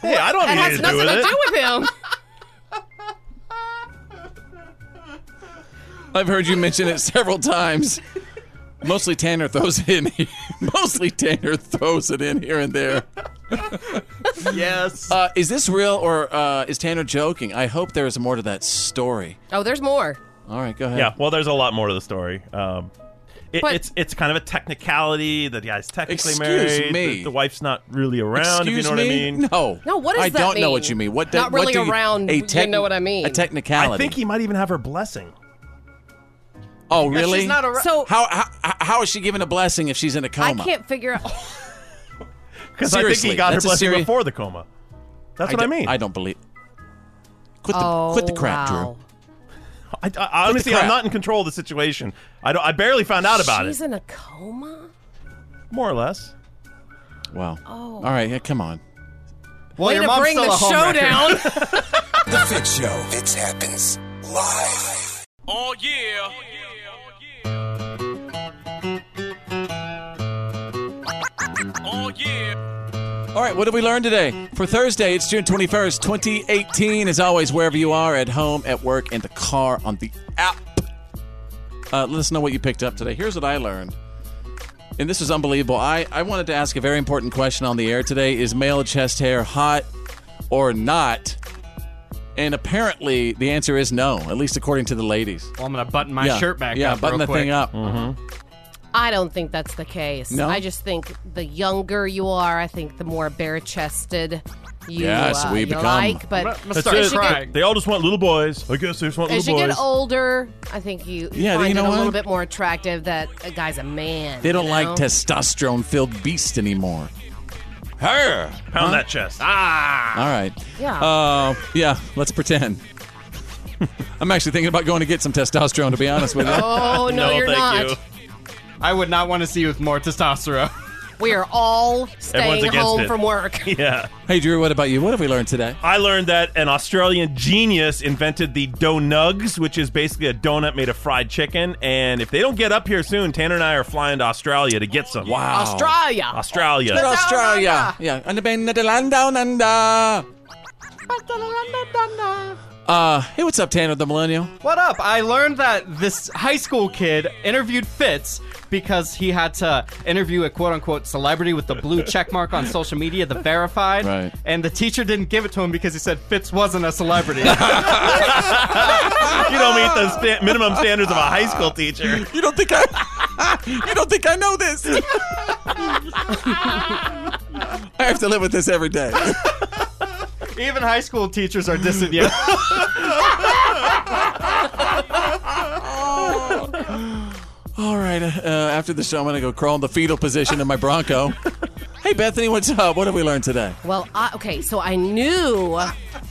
Hey, I don't
That
have
has
anything to do
nothing
with
to
it.
do with him.
*laughs* I've heard you mention it several times. Mostly Tanner throws it in. *laughs* Mostly Tanner throws it in here and there.
yes.
Uh, is this real or uh, is Tanner joking? I hope there is more to that story.
Oh, there's more.
All right, go ahead.
Yeah, well, there's a lot more to the story. Um, it,
But-
it's it's kind of a technicality. The guy's technically
Excuse
married.
me.
The, the wife's not really around. if
Excuse
you know what I
me?
mean?
No.
No, what does
I
that
don't know
mean?
what you mean. What
Not
do- what
really
do you-
around,
a
you know what I mean.
A technicality.
I think he might even have her blessing.
Oh,
Yeah, she's
really?
not ar- So-
how, how how is she given a blessing if she's in a
I
coma?
can't figure out.
Because I think he
Seriously,
got her
that's a
blessing
seri-
before the coma. That's what I
don't-
mean.
I don't believe. Quit the
Oh,
quit the crap,
wow.
Drew.
I, I- I honestly,
crap.
I'm not in control of the situation. I don't. I barely found out about
She's
it.
in a coma.
More or less.
Wow.
Oh.
All right, yeah, come on.
Well,
Way
your
to
mom's
bring
still
the
a
show
homewrecker.
down.
The Fit Show. Fits happens live.
Oh yeah. Oh yeah.
All right, what did we learn today? For Thursday, it's June 21st, 2018. As always, wherever you are, at home, at work, in the car, on the app, uh, let us know what you picked up today. Here's what I learned. And this is unbelievable. I, I wanted to ask a very important question on the air today Is male chest hair hot or not? And apparently, the answer is no, at least according to the ladies.
Well, I'm gonna button my
Yeah,
shirt back
yeah,
up.
button
real
the thing
quick.
up.
I don't think that's the case.
No?
I just think the younger you are, I think the more bare chested you,
Yes,
uh,
we
you
become.
like. But
That's
as,
it.
you get,
They all just want little boys. I guess they just want
as you
little boys.
get older, I think you, you
Yeah,
find
you know
it a little
what?
bit more attractive that a guy's a man.
They don't
you
like
know?
testosterone filled beast anymore. Her!
Pound that chest.
Oh,
Ah.
All right.
Yeah.
Uh, yeah. Let's pretend. *laughs* I'm actually thinking about going to get some testosterone. To be honest with you.
*laughs*
Oh, no, No, you're thank not. you.
I would not want to see you with more testosterone. *laughs*
We are all
Everyone's
staying
against
home
it.
from work.
*laughs* Yeah.
Hey, Drew. What about you? What have we learned today?
I learned that an Australian genius invented the donugs, which is basically a donut made of fried chicken. And if they don't get up here soon, Tanner and I are flying to Australia to get some.
Wow.
Australia.
Australia.
Little Australia. Yeah. And the band, the land down under. Uh, hey, what's up, Tanner the Millennial?
What up? I learned that this high school kid interviewed Fitz because he had to interview a quote unquote celebrity with the blue check mark on social media, the verified.
Right.
And the teacher didn't give it to him because he said Fitz wasn't
*laughs*
a celebrity.
you don't meet the sta- minimum standards of a high school teacher.
You don't think I? *laughs* you don't think I know *laughs* this? I have to live with this every *laughs* day.
Even high school teachers are dissing you.
All right. Uh, after the show, I'm gonna go crawl in the fetal position in my Bronco. hey, Bethany, what's up? What have we learned today?
Well, I, okay, so I knew,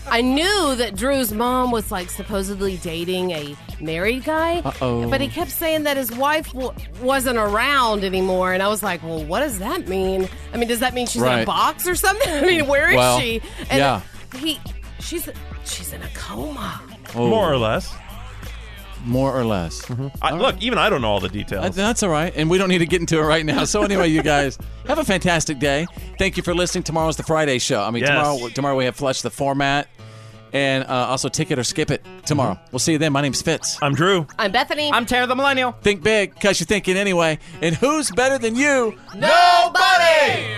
I knew that Drew's mom was like supposedly dating a married guy,
Uh-oh.
but he kept saying that his wife w- wasn't around anymore, and I was like, well, what does that mean? I mean, does that mean she's in a
Right.
box or something? *laughs* I mean, where is
Well,
she?
yeah.
Oh.
he, she's, she's in a coma.
More or less.
more or less.
I, Look, even I don't know all the details.
Mm-hmm. Uh, That's all right, and we don't need to get into it right now. So anyway, you guys *laughs* have a fantastic day. Thank you for listening. Tomorrow's the Friday show. I mean,
Yes.
tomorrow tomorrow we have flush the format, and uh, also tick it or skip it tomorrow. We'll see you then. My name's Fitz.
I'm Drew.
I'm Bethany.
I'm Tara the Millennial.
Think big, cause you're thinking anyway. And who's better than you?
Nobody!